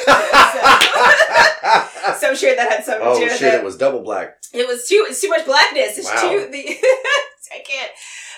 Speaker 2: oh
Speaker 3: So I'm sure that had something to do with
Speaker 2: shit! It
Speaker 3: it.
Speaker 2: was double black.
Speaker 1: It was too. It's too much blackness. It's
Speaker 2: Wow.
Speaker 1: too. The, *laughs* I can't.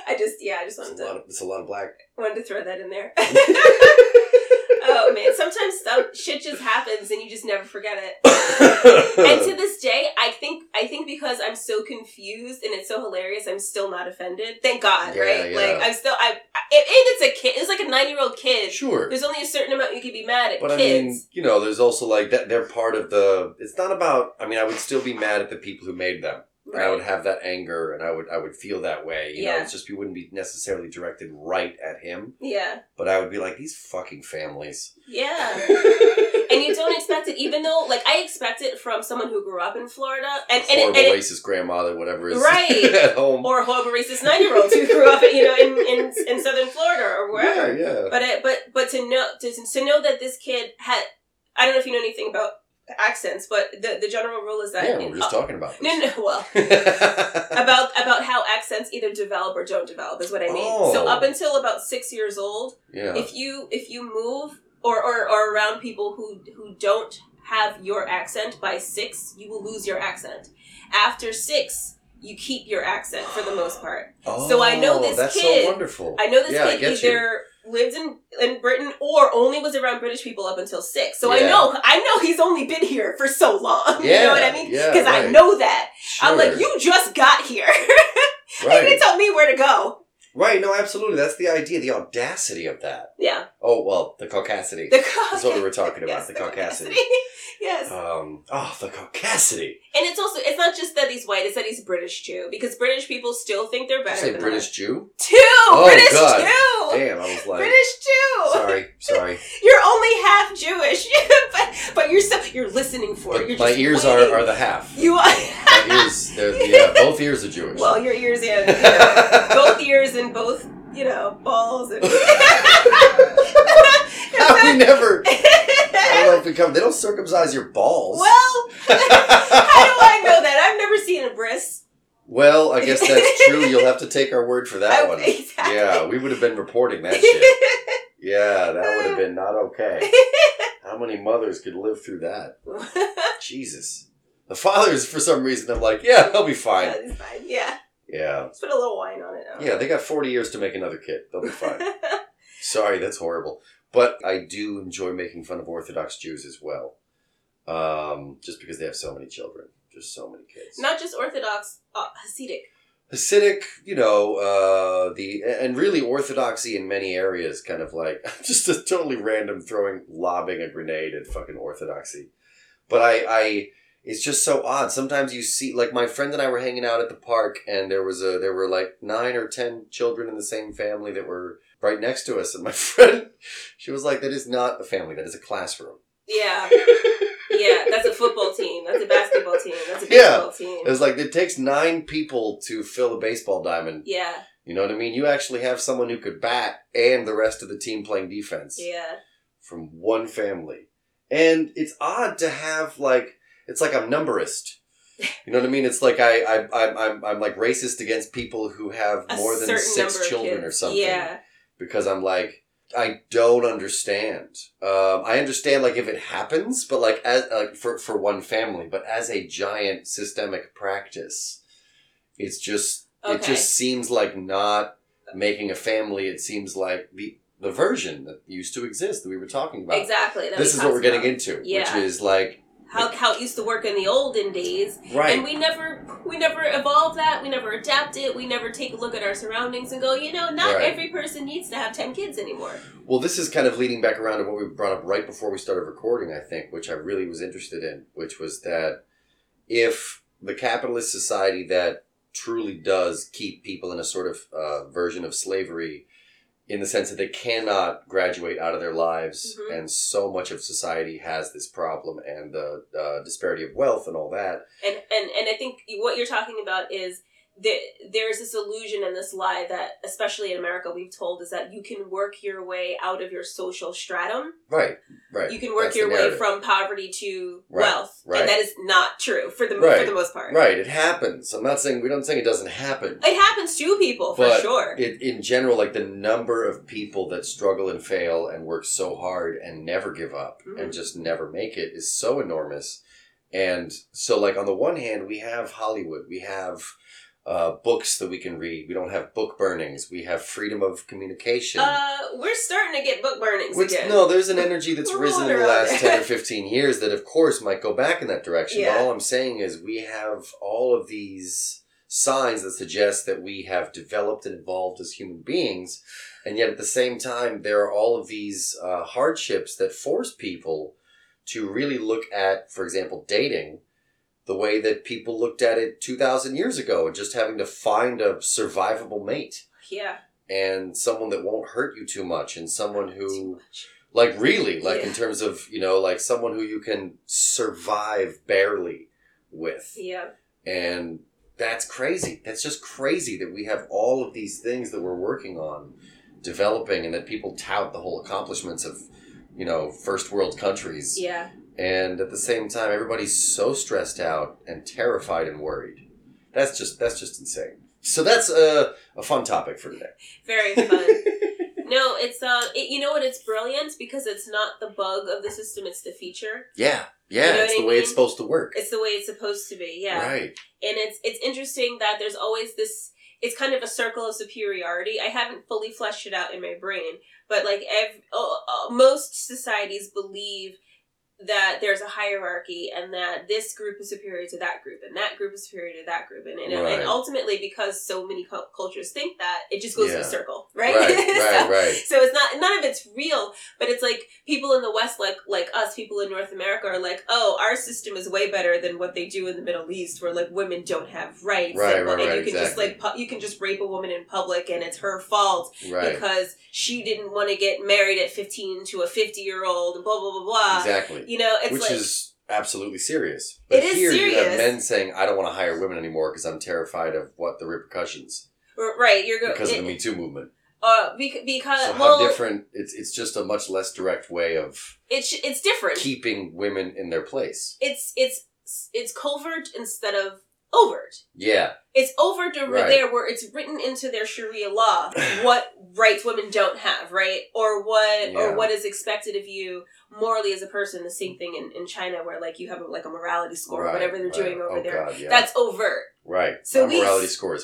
Speaker 1: I just yeah. I just
Speaker 2: It's
Speaker 1: wanted
Speaker 2: a lot
Speaker 1: to
Speaker 2: of, it's a lot of black.
Speaker 1: wanted to throw that in
Speaker 2: *laughs*
Speaker 1: there. *laughs* oh man, sometimes stuff shit just happens and you just never forget it. and to this day, I think I think because I'm so confused and it's so hilarious, I'm still not offended. Thank God,
Speaker 2: Yeah,
Speaker 1: right?
Speaker 2: yeah.
Speaker 1: Like I'm still I, I and it's a kid. It's like a nine year old kid.
Speaker 2: *coughs* sure.
Speaker 1: There's only a certain amount you can be mad *laughs* at
Speaker 2: But I mean,
Speaker 1: kids.
Speaker 2: you know, there's also like that they're part of the it's not about I mean, I would still be mad at the people who made them. And I would have that anger and I would I would feel that way. You know,
Speaker 1: Yeah.
Speaker 2: it's just you wouldn't be necessarily directed right at him.
Speaker 1: yeah,
Speaker 2: But I would be like, these fucking families. *laughs*
Speaker 1: yeah. and you don't expect it, even though like I expect it from someone who grew up in Florida and and, it,
Speaker 2: Horrible
Speaker 1: and it,
Speaker 2: racist grandmother, whatever is
Speaker 1: Right.
Speaker 2: *laughs* at home.
Speaker 1: or horrible racist nine year olds who grew up you know in, in in southern Florida or wherever.
Speaker 2: Yeah, yeah.
Speaker 1: But it, but but to know to, to know that this kid had I don't know if you know anything about accents, but the the general rule is that
Speaker 2: yeah, we're just
Speaker 1: uh,
Speaker 2: talking about
Speaker 1: no
Speaker 2: this.
Speaker 1: no well about about how accents either develop or don't develop is what I mean.
Speaker 2: Oh.
Speaker 1: So up until about six years old,
Speaker 2: *laughs* yeah.
Speaker 1: if you if you move or, or or around people who who don't have your accent by six, you will lose your accent. After six, you keep your accent for the most part. so I know
Speaker 2: Oh,
Speaker 1: this
Speaker 2: that's
Speaker 1: kid-
Speaker 2: so wonderful.
Speaker 1: I know this
Speaker 2: Yeah, I
Speaker 1: kid
Speaker 2: get you.
Speaker 1: either lived in, in Britain or only was around British people up until six. So
Speaker 2: Yeah.
Speaker 1: I know I know he's only been here for so long. you
Speaker 2: Yeah,
Speaker 1: know what I mean?
Speaker 2: yeah,
Speaker 1: I
Speaker 2: right.
Speaker 1: know that. I'm like,
Speaker 2: Sure.
Speaker 1: you just got here. *laughs*
Speaker 2: right.
Speaker 1: you can tell me where to go.
Speaker 2: Right, no, absolutely. That's the idea, the audacity of that.
Speaker 1: Yeah.
Speaker 2: Oh, well, the caucasity.
Speaker 1: The
Speaker 2: That's what we were talking
Speaker 1: Yes,
Speaker 2: about, the caucasity.
Speaker 1: *laughs* yes.
Speaker 2: Um, oh, the caucasity.
Speaker 1: and it's also it's not just that he's white, it's that he's British too. Because British people still think they're
Speaker 2: Did you
Speaker 1: better
Speaker 2: say
Speaker 1: than
Speaker 2: British Jew?
Speaker 1: us. Too! British
Speaker 2: God.
Speaker 1: too!
Speaker 2: Damn, I was like,
Speaker 1: British Jew!
Speaker 2: sorry,
Speaker 1: *laughs*
Speaker 2: sorry.
Speaker 1: You're only half Jewish, *laughs* but, but you're still you're listening for it.
Speaker 2: But
Speaker 1: You're
Speaker 2: my
Speaker 1: just
Speaker 2: ears
Speaker 1: waiting.
Speaker 2: are, are the half.
Speaker 1: You are. *laughs*
Speaker 2: My ears, they're, yeah, both ears are Jewish. *laughs*
Speaker 1: well, your ears and your, both ears and both, you know, balls
Speaker 2: *laughs*
Speaker 1: and. *laughs*
Speaker 2: How we never, I don't know if we come, they don't circumcise your balls. *laughs*
Speaker 1: well, how do I know that? I've never seen a bris.
Speaker 2: Well, I guess
Speaker 1: *laughs*
Speaker 2: that's true. You'll have to take our word for that
Speaker 1: I-
Speaker 2: one.
Speaker 1: exactly. *laughs*
Speaker 2: Yeah, we would have been reporting that shit. Yeah, that would have been not
Speaker 1: *laughs*
Speaker 2: okay. How many mothers could live through that? Jesus. The fathers, for some reason, I'm like, yeah, they'll be fine.
Speaker 1: That's *laughs* fine. Yeah,
Speaker 2: Yeah.
Speaker 1: just put a little wine on it. I don't
Speaker 2: Yeah, they got 40 years to make another kid. They'll be fine. Sorry, that's horrible. But I do enjoy making fun of Orthodox Jews as well. Um, just because they have so many children. Just so many
Speaker 1: *laughs*
Speaker 2: kids.
Speaker 1: Not just Orthodox, uh, Hasidic.
Speaker 2: Hasidic, you know, uh, the and really orthodoxy in many areas, kind of like *laughs* just a totally random throwing, lobbing a grenade at fucking orthodoxy. But I, I, it's just so odd. Sometimes you see, like my friend and I were hanging out at the park, and there was a there were like nine or ten children in the same family that were right next to us, and my *laughs* friend, she was like, "That is not a family. That is a classroom." *laughs*
Speaker 1: Yeah, yeah. That's a football team. That's a basketball team. That's a
Speaker 2: Yeah.
Speaker 1: baseball team.
Speaker 2: It was like it takes nine people to fill a baseball diamond.
Speaker 1: yeah,
Speaker 2: You know what I mean? You actually have someone who could bat and the rest of the team playing defense
Speaker 1: yeah.
Speaker 2: from one family. And it's odd to have like it's like I'm numberist. You know what I mean? It's like I, I I'm, I'm I'm like racist against people who have
Speaker 1: A
Speaker 2: more than
Speaker 1: certain number
Speaker 2: six
Speaker 1: of
Speaker 2: children
Speaker 1: kids.
Speaker 2: or something.
Speaker 1: Yeah.
Speaker 2: Because I'm like I don't understand. Um, I understand like if it happens, but like as like for for one family, but as a giant systemic practice, it's just it
Speaker 1: Okay.
Speaker 2: just seems like not making a family. It seems like the the version that used to exist that we were talking about.
Speaker 1: Exactly. that
Speaker 2: This
Speaker 1: we
Speaker 2: is what
Speaker 1: talked
Speaker 2: we're getting
Speaker 1: about.
Speaker 2: into,
Speaker 1: Yeah.
Speaker 2: which is like
Speaker 1: How, how it used to work in the olden days,
Speaker 2: right.
Speaker 1: and we never we never evolve that. We never adapt it. We never take a look at our surroundings and go, you know, not
Speaker 2: Right.
Speaker 1: every person needs to have ten kids anymore.
Speaker 2: well, this is kind of leading back around to what we brought up right before we started recording. I think, which I really was interested in, which was that if the capitalist society that truly does keep people in a sort of uh, version of slavery. In the sense that they cannot graduate out of their lives,
Speaker 1: Mhm.
Speaker 2: and so much of society has this problem, and the uh, disparity of wealth and all that.
Speaker 1: And and and I think what you're talking about is there, there's this illusion and this lie that, especially in America, we've told is that you can work your way out of your social stratum.
Speaker 2: Right, right.
Speaker 1: You can work
Speaker 2: That's the
Speaker 1: your way
Speaker 2: narrative.
Speaker 1: from poverty to
Speaker 2: Right,
Speaker 1: wealth,
Speaker 2: right.
Speaker 1: and that is not true for the for
Speaker 2: Right,
Speaker 1: the most part.
Speaker 2: Right, it happens. I'm not saying, we're not saying it doesn't happen.
Speaker 1: It happens to people for
Speaker 2: But
Speaker 1: sure.
Speaker 2: It, in general, like the number of people that struggle and fail and work so hard and never give up and
Speaker 1: Mhm.
Speaker 2: just never make it is so enormous. And so, like, on the one hand, we have Hollywood, we have uh, books that we can read, we don't have book burnings, we have freedom of communication.
Speaker 1: uh, we're starting to get book burnings
Speaker 2: Which,
Speaker 1: again.
Speaker 2: no, there's an energy that's
Speaker 1: We're
Speaker 2: risen in the
Speaker 1: rolling around
Speaker 2: last
Speaker 1: there. *laughs*
Speaker 2: 10 or 15 years that, of course, might go back in that direction.
Speaker 1: Yeah.
Speaker 2: But all I'm saying is we have all of these signs that suggest that we have developed and evolved as human beings. And yet, at the same time, there are all of these uh, hardships that force people to really look at, for example, dating the way that people looked at it 2,000 years ago and just having to find a survivable mate
Speaker 1: Yeah.
Speaker 2: and someone that won't hurt you too much and someone who
Speaker 1: Too much.
Speaker 2: like really like in
Speaker 1: Yeah.
Speaker 2: terms of you know like someone who you can survive barely with
Speaker 1: Yeah.
Speaker 2: and that's crazy that's just crazy that we have all of these things that we're working on developing and that people tout the whole accomplishments of you know first world countries *laughs*
Speaker 1: Yeah.
Speaker 2: and at the same time everybody's so stressed out and terrified and worried that's just that's just insane so that's a, a fun topic for today
Speaker 1: Very fun. No, it's uh, it, you know what? It's brilliant because it's not the bug of the system; it's the feature.
Speaker 2: yeah yeah
Speaker 1: You know
Speaker 2: it's
Speaker 1: what
Speaker 2: the
Speaker 1: I
Speaker 2: way it's
Speaker 1: mean?
Speaker 2: supposed to work
Speaker 1: It's the way it's supposed to be. Yeah,
Speaker 2: right
Speaker 1: and it's it's interesting that there's always this. It's kind of a circle of superiority. I haven't fully fleshed it out in my brain, but like ev- uh, uh, most societies believe that there's a hierarchy and that this group is superior to that group and that group is superior to that group and and,
Speaker 2: Right.
Speaker 1: and ultimately because so many cul cultures think that it just goes in
Speaker 2: Yeah.
Speaker 1: a circle
Speaker 2: right
Speaker 1: right *laughs*
Speaker 2: right
Speaker 1: So-
Speaker 2: right
Speaker 1: so it's not none of it's real, but it's like people in the West, like like us, people in North America are like, oh, our system is way better than what they do in the Middle East, where like women don't have rights,
Speaker 2: Right,
Speaker 1: and,
Speaker 2: right,
Speaker 1: and
Speaker 2: right,
Speaker 1: you can just
Speaker 2: exactly.
Speaker 1: like pu- you can just rape a woman in public, and it's her fault
Speaker 2: Right.
Speaker 1: because she didn't want to get married at fifteen to a fifty year old, and blah blah blah blah.
Speaker 2: exactly.
Speaker 1: You know, uh, it's
Speaker 2: Which
Speaker 1: like
Speaker 2: is absolutely serious. But
Speaker 1: It is
Speaker 2: here you have
Speaker 1: serious.
Speaker 2: men saying, I don't want to hire women anymore because I'm terrified of what the repercussions
Speaker 1: r- right, you're going
Speaker 2: because of the Me Too movement.
Speaker 1: uh, bec- because
Speaker 2: so how
Speaker 1: well,
Speaker 2: different it's it's just a much less direct way of
Speaker 1: it's it's different.
Speaker 2: keeping women in their place.
Speaker 1: It's it's it's covert instead of overt.
Speaker 2: Yeah.
Speaker 1: It's overt over
Speaker 2: Right.
Speaker 1: there where it's written into their Sharia
Speaker 2: *clears throat*
Speaker 1: law what rights women don't have, right? Or what
Speaker 2: Yeah.
Speaker 1: or what is expected of you morally as a person. The same thing in, in China where like you have a, like a morality score, or
Speaker 2: Right,
Speaker 1: whatever they're
Speaker 2: right.
Speaker 1: doing over
Speaker 2: Oh,
Speaker 1: there.
Speaker 2: God, yeah.
Speaker 1: That's overt.
Speaker 2: right.
Speaker 1: So
Speaker 2: So
Speaker 1: we-
Speaker 2: morality score is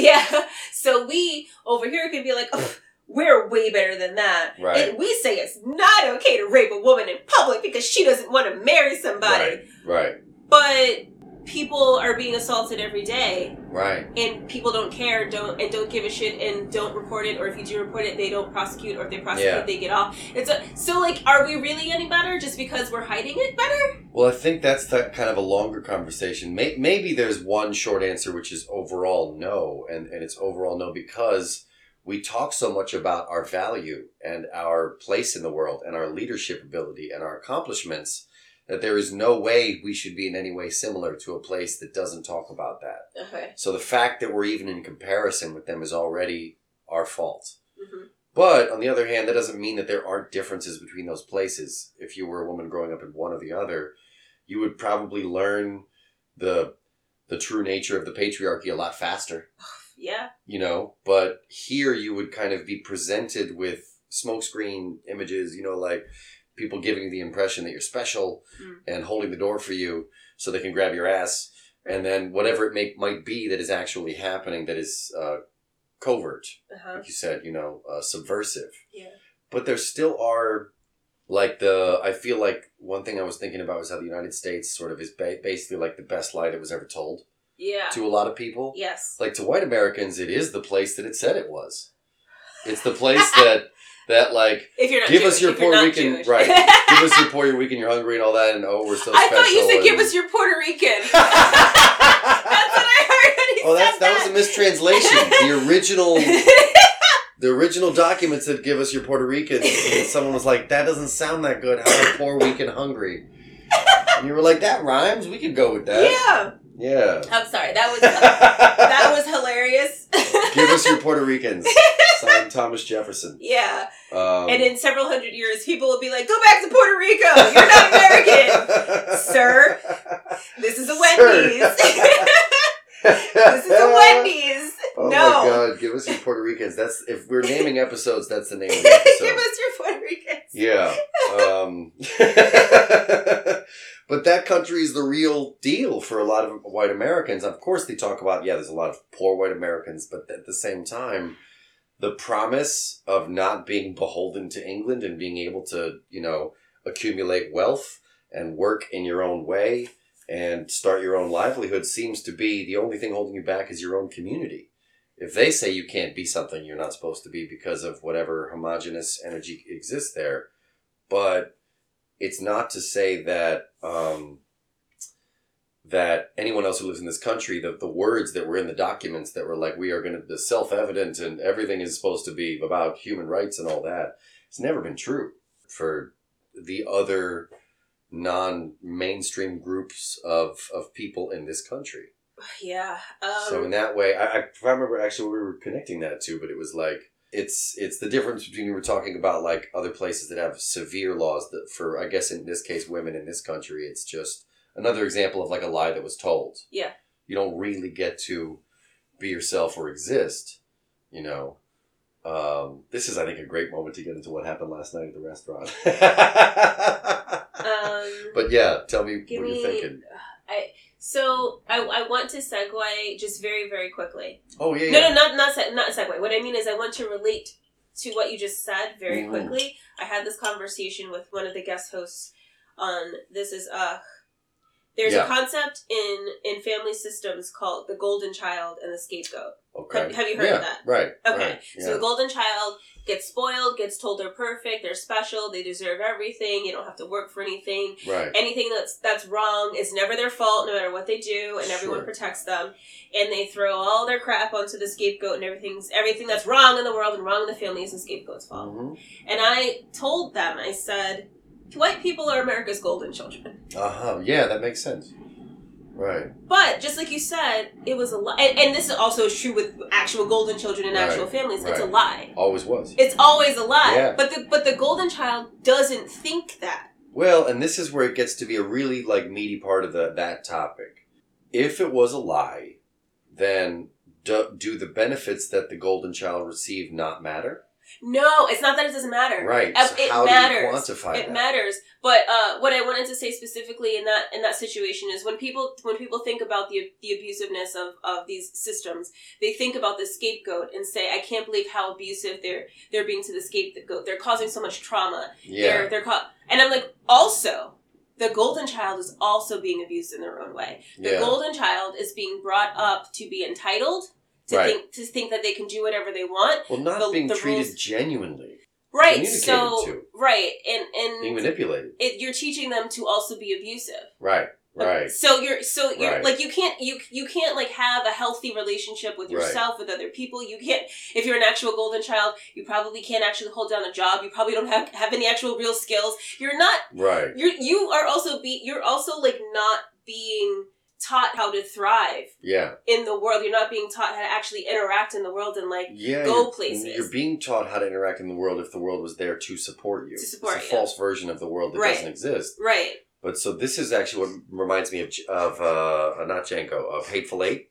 Speaker 1: *laughs* yeah. So we over here can be like, "Ugh, we're way better than that.
Speaker 2: Right.
Speaker 1: And we say it's not okay to rape a woman in public because she doesn't want to marry somebody.
Speaker 2: Right. Right.
Speaker 1: But people are being assaulted every day
Speaker 2: Right.
Speaker 1: and people don't care don't and don't give a shit and don't report it or if you do report it they don't prosecute or if they prosecute
Speaker 2: Yeah.
Speaker 1: they get off it's a, so like are we really any better just because we're hiding it better
Speaker 2: Well, I think that's the, kind of a longer conversation. May, maybe there's one short answer, which is overall no, and, and it's overall no because we talk so much about our value and our place in the world and our leadership ability and our accomplishments that there is no way we should be in any way similar to a place that doesn't talk about that.
Speaker 1: okay
Speaker 2: So the fact that we're even in comparison with them is already our fault.
Speaker 1: hmm
Speaker 2: But on the other hand, that doesn't mean that there aren't differences between those places. If you were a woman growing up in one or the other, you would probably learn the the true nature of the patriarchy a lot faster,
Speaker 1: yeah
Speaker 2: you know. But here, you would kind of be presented with smokescreen images, you know, like people giving you the impression that you're special
Speaker 1: Mm.
Speaker 2: and holding the door for you so they can grab your ass, and then whatever it may, might be that is actually happening that is uh, covert
Speaker 1: uh-huh
Speaker 2: like you said, you know, uh, subversive.
Speaker 1: Yeah.
Speaker 2: But there still are, like the. I feel like one thing I was thinking about was how the United States sort of is ba- basically like the best lie that was ever told
Speaker 1: yeah
Speaker 2: to a lot of people.
Speaker 1: yes
Speaker 2: Like to white Americans, it is the place that it said it was. It's the place that that like
Speaker 1: if you're not
Speaker 2: Give
Speaker 1: Jewish,
Speaker 2: us your
Speaker 1: if you're
Speaker 2: Puerto
Speaker 1: not
Speaker 2: Rican-
Speaker 1: Jewish. *laughs*
Speaker 2: right. give us your poor, you're weak, and you're hungry, and all that, and oh, we're so.
Speaker 1: I thought you
Speaker 2: special
Speaker 1: said
Speaker 2: and-
Speaker 1: give us your *laughs* Puerto Rican
Speaker 2: *laughs*
Speaker 1: that's what I heard when he
Speaker 2: oh, that's
Speaker 1: said
Speaker 2: that was a mistranslation. The
Speaker 1: *laughs*
Speaker 2: original
Speaker 1: that.
Speaker 2: the original documents that give us your Puerto Ricans, and someone was like, "That doesn't sound that good. How about poor, weak, and hungry?" And you were like, "That rhymes. We could go with that."
Speaker 1: yeah
Speaker 2: Yeah.
Speaker 1: I'm sorry. That was *laughs*
Speaker 2: *laughs*
Speaker 1: that was hilarious. *laughs*
Speaker 2: Give us your Puerto Ricans. Signed Thomas Jefferson.
Speaker 1: yeah.
Speaker 2: Um,
Speaker 1: And in several hundred years, people will be like, "Go back to Puerto Rico. You're not
Speaker 2: *laughs*
Speaker 1: American, sir. This is a Wendy's. *laughs* this is
Speaker 2: *laughs*
Speaker 1: a Wendy's. No.
Speaker 2: Oh my god, give us your Puerto Ricans. That's if we're naming episodes, that's the name
Speaker 1: *laughs*
Speaker 2: of the episode.
Speaker 1: Give us your Puerto Ricans."
Speaker 2: Yeah. Um, *laughs* but that country is the real deal for a lot of white Americans. Of course, they talk about, yeah, there's a lot of poor white Americans, but at the same time, the promise of not being beholden to England and being able to, you know, accumulate wealth and work in your own way and start your own livelihood seems to be the only thing holding you back is your own community if they say you can't be something you're not supposed to be because of whatever homogeneous energy exists there, but it's not to say that um, that anyone else who lives in this country that the words that were in the documents that were like we are going to the self evident and everything is supposed to be about human rights and all that it's never been true for the other non mainstream groups of of people in this country
Speaker 1: Yeah. Um,
Speaker 2: so in that way, I, I if I remember actually what we were connecting that to, but it was like it's it's the difference between we were talking about like other places that have severe laws that for I guess in this case women in this country it's just another example of like a lie that was told.
Speaker 1: Yeah.
Speaker 2: You don't really get to be yourself or exist, you know. Um, this is I think a great moment to get into what happened last night at the restaurant. *laughs*
Speaker 1: um,
Speaker 2: but yeah, tell me
Speaker 1: Give
Speaker 2: what
Speaker 1: me-
Speaker 2: you're thinking.
Speaker 1: so I, I want to segue just very very quickly.
Speaker 2: Oh yeah,
Speaker 1: No
Speaker 2: yeah.
Speaker 1: no not not se- not segue. What I mean is I want to relate to what you just said very
Speaker 2: Mhm.
Speaker 1: quickly. I had this conversation with one of the guest hosts on This Is Uh. There's
Speaker 2: Yeah.
Speaker 1: a concept in in family systems called the golden child and the scapegoat.
Speaker 2: okay.
Speaker 1: have- have you heard of
Speaker 2: yeah,
Speaker 1: that?
Speaker 2: Right.
Speaker 1: Okay.
Speaker 2: right,
Speaker 1: So the golden child gets spoiled, gets told they're perfect, they're special, they deserve everything, you don't have to work for anything.
Speaker 2: yeah, right.
Speaker 1: Anything that's that's wrong is never their fault, no matter what they do, and everyone
Speaker 2: Sure.
Speaker 1: protects them. And they throw all their crap onto the scapegoat and everything's everything that's wrong in the world and wrong in the family is the scapegoat's fault.
Speaker 2: Mhm.
Speaker 1: And I told them, I said, White people are America's golden children.
Speaker 2: Uh huh. Yeah, that makes sense. Right.
Speaker 1: But just like you said, it was a lie. And, and this is also true with actual golden children and
Speaker 2: Right,
Speaker 1: actual families. It's a
Speaker 2: right.
Speaker 1: lie.
Speaker 2: Always was.
Speaker 1: It's always a lie.
Speaker 2: Yeah.
Speaker 1: But the but the golden child doesn't think that.
Speaker 2: Well, and this is where it gets to be a really like meaty part of the, that topic. If it was a lie, then do, do the benefits that the golden child received not matter?
Speaker 1: No, it's not that it doesn't matter.
Speaker 2: Right.
Speaker 1: Uh,
Speaker 2: So
Speaker 1: it
Speaker 2: how do you
Speaker 1: matters.
Speaker 2: quantify
Speaker 1: It
Speaker 2: that?
Speaker 1: matters. But uh, what I wanted to say specifically in that in that situation is when people when people think about the the abusiveness of, of these systems, they think about the scapegoat and say, I can't believe how abusive they're they're being to the scapegoat. They're causing so much trauma.
Speaker 2: yeah.
Speaker 1: They're they're ca- and I'm like, also the golden child is also being abused in their own way. The
Speaker 2: yeah.
Speaker 1: golden child is being brought up to be entitled to
Speaker 2: Right.
Speaker 1: think to think that they can do whatever they want.
Speaker 2: well, not
Speaker 1: the-
Speaker 2: being
Speaker 1: the
Speaker 2: treated
Speaker 1: rules-
Speaker 2: genuinely,
Speaker 1: Right.
Speaker 2: Communicated
Speaker 1: So
Speaker 2: to.
Speaker 1: right, and
Speaker 2: being
Speaker 1: and
Speaker 2: manipulated.
Speaker 1: it, you're teaching them to also be abusive.
Speaker 2: Right. Right.
Speaker 1: So you're so you're
Speaker 2: Right.
Speaker 1: like you can't you you can't like have a healthy relationship with
Speaker 2: Right.
Speaker 1: yourself with other people. You can't if you're an actual golden child, you probably can't actually hold down a job. You probably don't have have any actual real skills. You're not
Speaker 2: Right.
Speaker 1: you're you are also be you're also like not being taught how to thrive
Speaker 2: Yeah.
Speaker 1: in the world. You're not being taught how to actually interact in the world and like
Speaker 2: yeah,
Speaker 1: go
Speaker 2: you're,
Speaker 1: places.
Speaker 2: You're being taught how to interact in the world if the world was there to support you.
Speaker 1: To support
Speaker 2: it's a
Speaker 1: you.
Speaker 2: false version of the world that
Speaker 1: Right.
Speaker 2: doesn't exist.
Speaker 1: right.
Speaker 2: But so this is actually what reminds me of J- of uh, not Django of Hateful Eight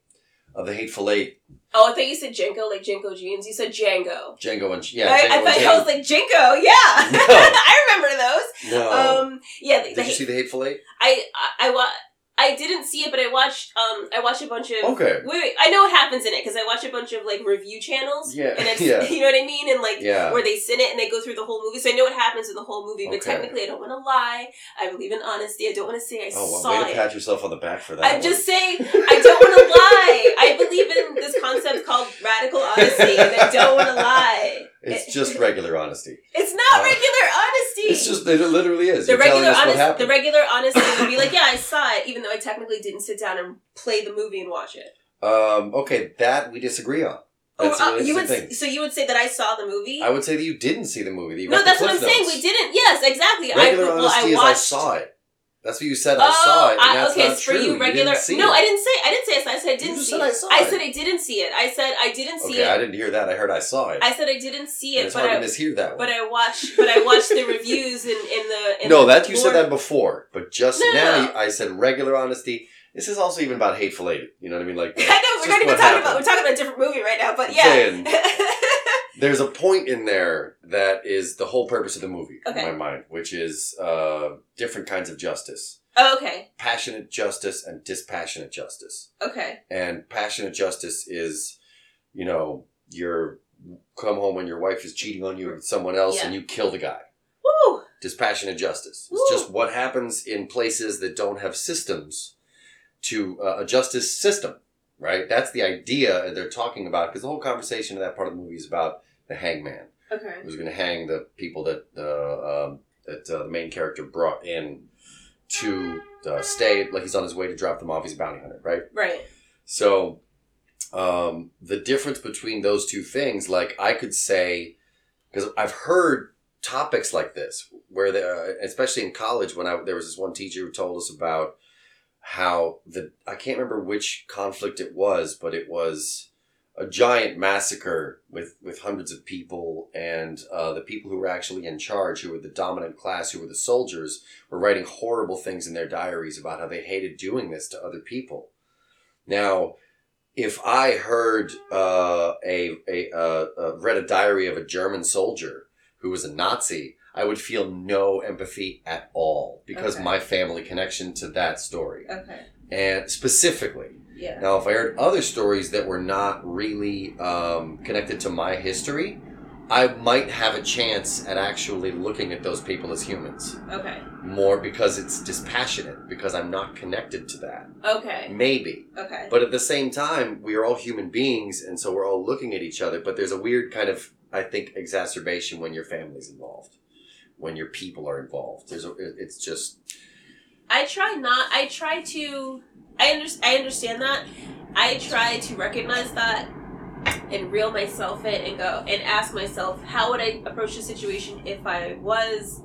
Speaker 2: of the Hateful Eight
Speaker 1: Oh, I thought you said Jenko, like Jenko jeans. You said Django.
Speaker 2: Django and yeah
Speaker 1: I,
Speaker 2: Django
Speaker 1: I
Speaker 2: and
Speaker 1: thought
Speaker 2: Jane.
Speaker 1: I was like Jenko. Yeah,
Speaker 2: *laughs* No.
Speaker 1: *laughs* I remember those.
Speaker 2: no.
Speaker 1: Um, yeah, the,
Speaker 2: Did
Speaker 1: the,
Speaker 2: you see the Hateful Eight?
Speaker 1: I I I wa- I didn't see it, but I watched um I watched a bunch of. Wait,
Speaker 2: Okay.
Speaker 1: wait, I know what happens in it because I watch a bunch of like review channels.
Speaker 2: Yeah,
Speaker 1: and
Speaker 2: *laughs*
Speaker 1: it's,
Speaker 2: yeah.
Speaker 1: *laughs* you know what I mean, and like
Speaker 2: Yeah.
Speaker 1: where they sit it and they go through the whole movie. So I know what happens in the whole movie, but
Speaker 2: Okay.
Speaker 1: technically I don't want to lie. I believe in honesty. I don't want to say I
Speaker 2: Oh,
Speaker 1: saw
Speaker 2: well, way
Speaker 1: it.
Speaker 2: to pat yourself on the back for that.
Speaker 1: I'm
Speaker 2: one.
Speaker 1: just
Speaker 2: *laughs*
Speaker 1: saying, I don't want to lie. I believe in this concept called radical honesty, and I don't want to lie.
Speaker 2: It's just regular honesty.
Speaker 1: It's not
Speaker 2: Uh,
Speaker 1: regular honesty.
Speaker 2: It's just it literally is.
Speaker 1: the
Speaker 2: You're
Speaker 1: regular
Speaker 2: telling us what
Speaker 1: honest,
Speaker 2: happened.
Speaker 1: the regular honesty would
Speaker 2: *coughs*
Speaker 1: be like, yeah, I saw it, even though I technically didn't sit down and play the movie and watch it.
Speaker 2: um, okay, that we disagree on.
Speaker 1: Or,
Speaker 2: That's
Speaker 1: uh,
Speaker 2: an
Speaker 1: you
Speaker 2: interesting
Speaker 1: would,
Speaker 2: thing.
Speaker 1: so you would say that I saw the movie.
Speaker 2: I would say that you didn't see the movie. That you
Speaker 1: no,
Speaker 2: read the
Speaker 1: that's what I'm
Speaker 2: Cliff
Speaker 1: saying.
Speaker 2: Notes.
Speaker 1: We didn't. Yes, exactly.
Speaker 2: Regular
Speaker 1: I well,
Speaker 2: honesty
Speaker 1: I
Speaker 2: is I
Speaker 1: watched. Oh,
Speaker 2: saw it. That's what you said. I saw it. And
Speaker 1: I-
Speaker 2: that's
Speaker 1: okay,
Speaker 2: not
Speaker 1: for
Speaker 2: true.
Speaker 1: you regular.
Speaker 2: didn't see
Speaker 1: no,
Speaker 2: it.
Speaker 1: I didn't say. I didn't say it. I said I didn't
Speaker 2: just
Speaker 1: see
Speaker 2: said
Speaker 1: it.
Speaker 2: I saw it.
Speaker 1: said I didn't see it. I said I didn't see
Speaker 2: Okay, I
Speaker 1: it.
Speaker 2: didn't hear that. I heard I saw it.
Speaker 1: I, said I didn't see
Speaker 2: And
Speaker 1: it,
Speaker 2: it's
Speaker 1: but
Speaker 2: hard
Speaker 1: I
Speaker 2: to mishear
Speaker 1: but
Speaker 2: that one.
Speaker 1: I watched but I watched
Speaker 2: *laughs*
Speaker 1: the reviews in in the in
Speaker 2: no,
Speaker 1: the
Speaker 2: that you said
Speaker 1: Lord-
Speaker 2: that before, but just
Speaker 1: No, no,
Speaker 2: now
Speaker 1: no.
Speaker 2: you- I said regular honesty. This is also even about hateful eight. You know what I mean? Like,
Speaker 1: *laughs* I know
Speaker 2: It's
Speaker 1: we're not
Speaker 2: just
Speaker 1: even
Speaker 2: what
Speaker 1: talking about we're
Speaker 2: happened.
Speaker 1: talking about a different movie right now, but
Speaker 2: I'm
Speaker 1: yeah. *laughs*
Speaker 2: saying, there's a point in there that is the whole purpose of the movie
Speaker 1: Okay.
Speaker 2: in my mind, which is uh, different kinds of justice:
Speaker 1: oh, okay.
Speaker 2: passionate justice and dispassionate justice.
Speaker 1: Okay.
Speaker 2: and passionate justice is you know your come home when your wife is cheating on you with someone else
Speaker 1: Yeah.
Speaker 2: and you kill the guy
Speaker 1: Woo.
Speaker 2: dispassionate justice
Speaker 1: Woo.
Speaker 2: it's just what happens in places that don't have systems to uh, a justice system right that's the idea that they're talking about because the whole conversation of that part of the movie is about the hangman
Speaker 1: Okay.
Speaker 2: who's going to hang the people that uh, um, that uh, the main character brought in to uh, stay like he's on his way to drop them off he's a bounty hunter right
Speaker 1: Right.
Speaker 2: so, um, the difference between those two things, like I could say, because I've heard topics like this where, they, uh, especially in college, when I there was this one teacher who told us about how the I can't remember which conflict it was, but it was a giant massacre with with hundreds of people, and uh, the people who were actually in charge, who were the dominant class, who were the soldiers, were writing horrible things in their diaries about how they hated doing this to other people. Now, if I heard uh, a, a, uh uh read a diary of a German soldier who was a Nazi, I would feel no empathy at all because
Speaker 1: Okay.
Speaker 2: my family connection to that story,
Speaker 1: Okay.
Speaker 2: and specifically.
Speaker 1: Yeah.
Speaker 2: Now, if I heard other stories that were not really um, connected to my history, I might have a chance at actually looking at those people as humans
Speaker 1: Okay.
Speaker 2: more because it's dispassionate because I'm not connected to that.
Speaker 1: Okay.
Speaker 2: Maybe.
Speaker 1: Okay.
Speaker 2: But at the same time, we are all human beings, and so we're all looking at each other. But there's a weird kind of, I think, exacerbation when your family's involved, when your people are involved. There's a, it- it's just
Speaker 1: I try not. I try to. I under, I understand that. I try to recognize that and reel myself in and go and ask myself how would I approach the situation if I was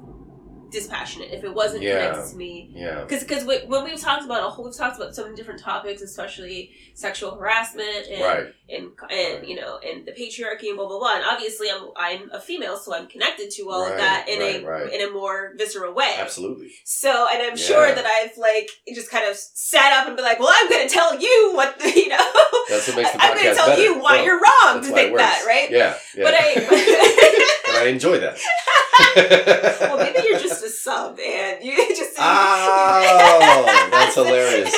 Speaker 1: dispassionate, if it wasn't
Speaker 2: Yeah.
Speaker 1: connected to me.
Speaker 2: yeah,
Speaker 1: Because because when we've talked about a whole, we've talked about so many different topics, especially sexual harassment and
Speaker 2: right,
Speaker 1: and and you know and the patriarchy and blah blah blah. And obviously, I'm I'm a female, so I'm connected to all
Speaker 2: Right,
Speaker 1: of that in a
Speaker 2: right, right.
Speaker 1: in a more visceral way.
Speaker 2: absolutely.
Speaker 1: So, and I'm
Speaker 2: Yeah.
Speaker 1: sure that I've like just kind of sat up and been like, well, I'm going to tell you what the, *laughs* you know.
Speaker 2: That's what
Speaker 1: *laughs*
Speaker 2: makes the podcast
Speaker 1: I'm going to tell
Speaker 2: better.
Speaker 1: you why
Speaker 2: Well,
Speaker 1: you're wrong
Speaker 2: that's
Speaker 1: to
Speaker 2: why it
Speaker 1: think that,
Speaker 2: works.
Speaker 1: right?
Speaker 2: Yeah, yeah.
Speaker 1: But
Speaker 2: *laughs*
Speaker 1: I, *laughs*
Speaker 2: And I enjoy that.
Speaker 1: well, maybe you're *laughs* just a sub and you *laughs* just.
Speaker 2: Oh,
Speaker 1: *laughs*
Speaker 2: that's hilarious.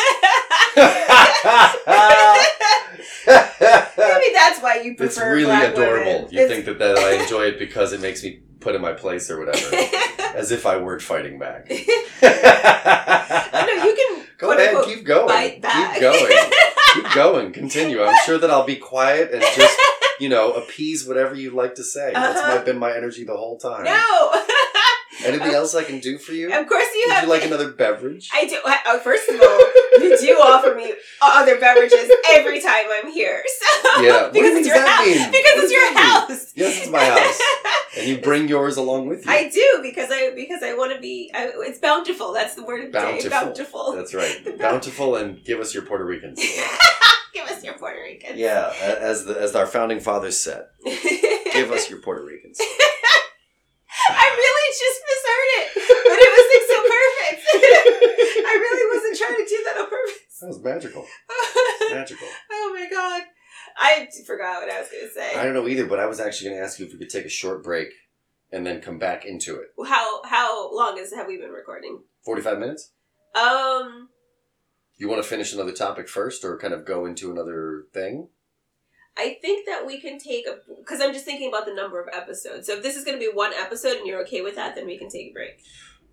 Speaker 1: maybe that's why you
Speaker 2: *laughs* it's
Speaker 1: prefer.
Speaker 2: really
Speaker 1: black
Speaker 2: adorable.
Speaker 1: women.
Speaker 2: You
Speaker 1: It's-
Speaker 2: think that, that I enjoy it because it makes me put in my place or whatever.
Speaker 1: *laughs*
Speaker 2: As if I weren't fighting back.
Speaker 1: *laughs* I know you can.
Speaker 2: Go
Speaker 1: quote,
Speaker 2: ahead,
Speaker 1: unquote,
Speaker 2: keep going.
Speaker 1: fight back.
Speaker 2: Keep
Speaker 1: *laughs*
Speaker 2: going. keep going. Continue. I'm sure that I'll be quiet and just, you know, appease whatever you'd like to say. That's
Speaker 1: Uh-huh.
Speaker 2: my, been my energy the whole time.
Speaker 1: No, *laughs*
Speaker 2: Anything else I can do for you?
Speaker 1: of course you
Speaker 2: Would
Speaker 1: have.
Speaker 2: you like another beverage?
Speaker 1: I do. I, oh, first of all, you do offer me other beverages every time I'm here. *laughs* So
Speaker 2: Yeah. What do you
Speaker 1: because
Speaker 2: mean,
Speaker 1: it's
Speaker 2: does
Speaker 1: your
Speaker 2: that
Speaker 1: house.
Speaker 2: mean?
Speaker 1: Because it's
Speaker 2: What does
Speaker 1: your
Speaker 2: that
Speaker 1: house.
Speaker 2: mean? Yes, it's
Speaker 1: *laughs*
Speaker 2: my house. And you bring yours along with you.
Speaker 1: I do because I because I want to be. I, it's bountiful. That's the word of the day.
Speaker 2: Bountiful.
Speaker 1: Bountiful.
Speaker 2: That's
Speaker 1: *laughs*
Speaker 2: right. Bountiful and give us your Puerto Ricans.
Speaker 1: Give us your Puerto Rican.
Speaker 2: Yeah, a- as the, as our founding fathers said, give us your Puerto Ricans.
Speaker 1: *laughs* I really just misheard it, but it was like so perfect. *laughs* I really wasn't trying to do that on
Speaker 2: That was magical.
Speaker 1: purpose.
Speaker 2: Magical.
Speaker 1: *laughs* oh my god, I forgot what I was gonna say.
Speaker 2: I don't know either, but I was actually going to ask you if we could take a short break and then come back into it.
Speaker 1: how how long is have we been recording?
Speaker 2: 45 minutes?
Speaker 1: Um,
Speaker 2: You want to finish another topic first or kind of go into another thing?
Speaker 1: I think that we can take a because I'm just thinking about the number of episodes. So if this is going to be one episode and you're okay with that, then we can take a break.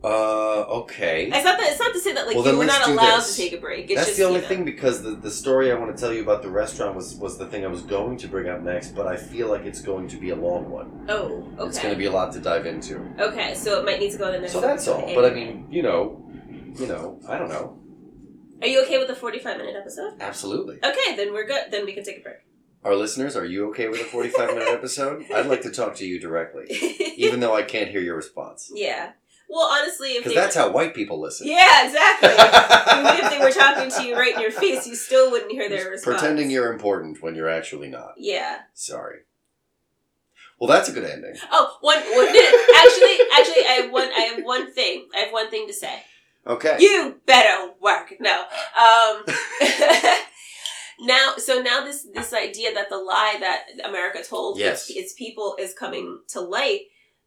Speaker 2: Uh, okay.
Speaker 1: It's not that it's not to say that like
Speaker 2: Well, then
Speaker 1: you we're
Speaker 2: let's
Speaker 1: not
Speaker 2: do
Speaker 1: allowed
Speaker 2: this.
Speaker 1: to take a break. It's
Speaker 2: That's
Speaker 1: just,
Speaker 2: the only
Speaker 1: you know.
Speaker 2: thing because the, the story I want to tell you about the restaurant was, was the thing I was going to bring up next, but I feel like it's going to be a long one.
Speaker 1: Oh, okay.
Speaker 2: It's going to be a lot to dive into.
Speaker 1: okay, so it might need to go in the next.
Speaker 2: So that's
Speaker 1: episode.
Speaker 2: all. But I mean, you know, you know, I don't know.
Speaker 1: are you okay with a 45 minute episode?
Speaker 2: Absolutely.
Speaker 1: Okay, then we're good. Then we can take a
Speaker 2: Our listeners, are you okay with a
Speaker 1: *laughs*
Speaker 2: 45 minute episode? I'd like to talk to you directly,
Speaker 1: break.
Speaker 2: even though I can't hear your response.
Speaker 1: *laughs* yeah. Well, honestly, if
Speaker 2: Because
Speaker 1: they
Speaker 2: that's
Speaker 1: were,
Speaker 2: how white people listen. *laughs*
Speaker 1: yeah, exactly. Even if they were talking to you right in your face, you still wouldn't hear their response.
Speaker 2: Pretending you're important when you're actually not.
Speaker 1: Yeah.
Speaker 2: Sorry. Well, that's a good ending.
Speaker 1: Oh, one. one actually, actually, I have one. I have one thing. I have one thing to say.
Speaker 2: Okay.
Speaker 1: You better work. No. Um. *laughs* now, so now this this idea that the lie that America told
Speaker 2: Yes.
Speaker 1: its, its people is coming to light.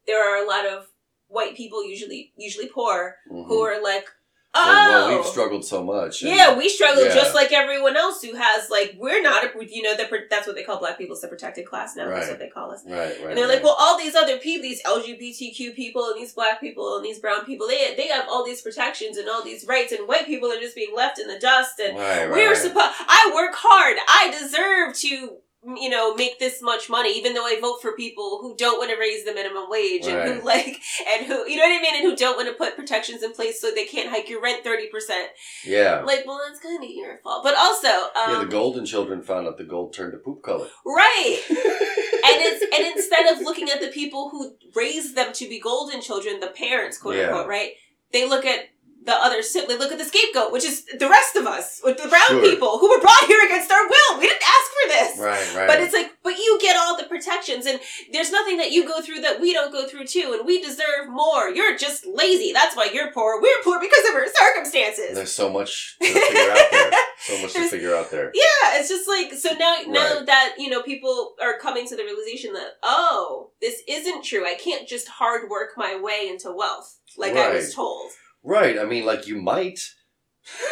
Speaker 1: There are a lot of white people, usually usually poor,
Speaker 2: Mhm.
Speaker 1: who are like,
Speaker 2: Well,
Speaker 1: oh.
Speaker 2: well, we've struggled so much. and-
Speaker 1: yeah, we struggle
Speaker 2: Yeah.
Speaker 1: just like everyone else who has like we're not a, you know the, pro- that's what they call black people it's the protected class now that's
Speaker 2: Right.
Speaker 1: what they call us
Speaker 2: Right, right.
Speaker 1: and they're
Speaker 2: right.
Speaker 1: like, well, all these other people, these LGBTQ people, and these black people, and these brown people, they they have all these protections and all these rights, and white people are just being left in the dust. And
Speaker 2: Right,
Speaker 1: we
Speaker 2: right,
Speaker 1: are
Speaker 2: right.
Speaker 1: supposed. I work hard. I deserve to, you know, make this much money, even though I vote for people who don't want to raise the minimum wage and
Speaker 2: Right.
Speaker 1: who like and who you know what I mean, and who don't want to put protections in place so they can't hike your rent thirty percent.
Speaker 2: Yeah.
Speaker 1: Like, well, that's kind of your fault, but also, um,
Speaker 2: yeah, the golden children found out the gold turned to poop
Speaker 1: *laughs*
Speaker 2: color.
Speaker 1: right. and it's and instead of looking at the people who raised them to be golden children, the parents, quote
Speaker 2: Yeah.
Speaker 1: unquote, right? They look at the other sib- they look at the scapegoat, which is the rest of us, with the brown
Speaker 2: Sure.
Speaker 1: people who were brought here against our will. We didn't ask for this.
Speaker 2: right, right.
Speaker 1: But it's like, but you get all the protections, and there's nothing that you go through that we don't go through too, and we deserve more. You're just lazy. That's why you're poor. We're poor because of our circumstances.
Speaker 2: There's so much to figure out there. So much to
Speaker 1: There's-
Speaker 2: figure out
Speaker 1: *laughs*
Speaker 2: there.
Speaker 1: Yeah, it's just like so now. Now
Speaker 2: Right.
Speaker 1: that you know, people are coming to the realization that oh, this isn't true. I can't just hard work my way into wealth like I was
Speaker 2: Right.
Speaker 1: told,
Speaker 2: Right. I mean, like you might.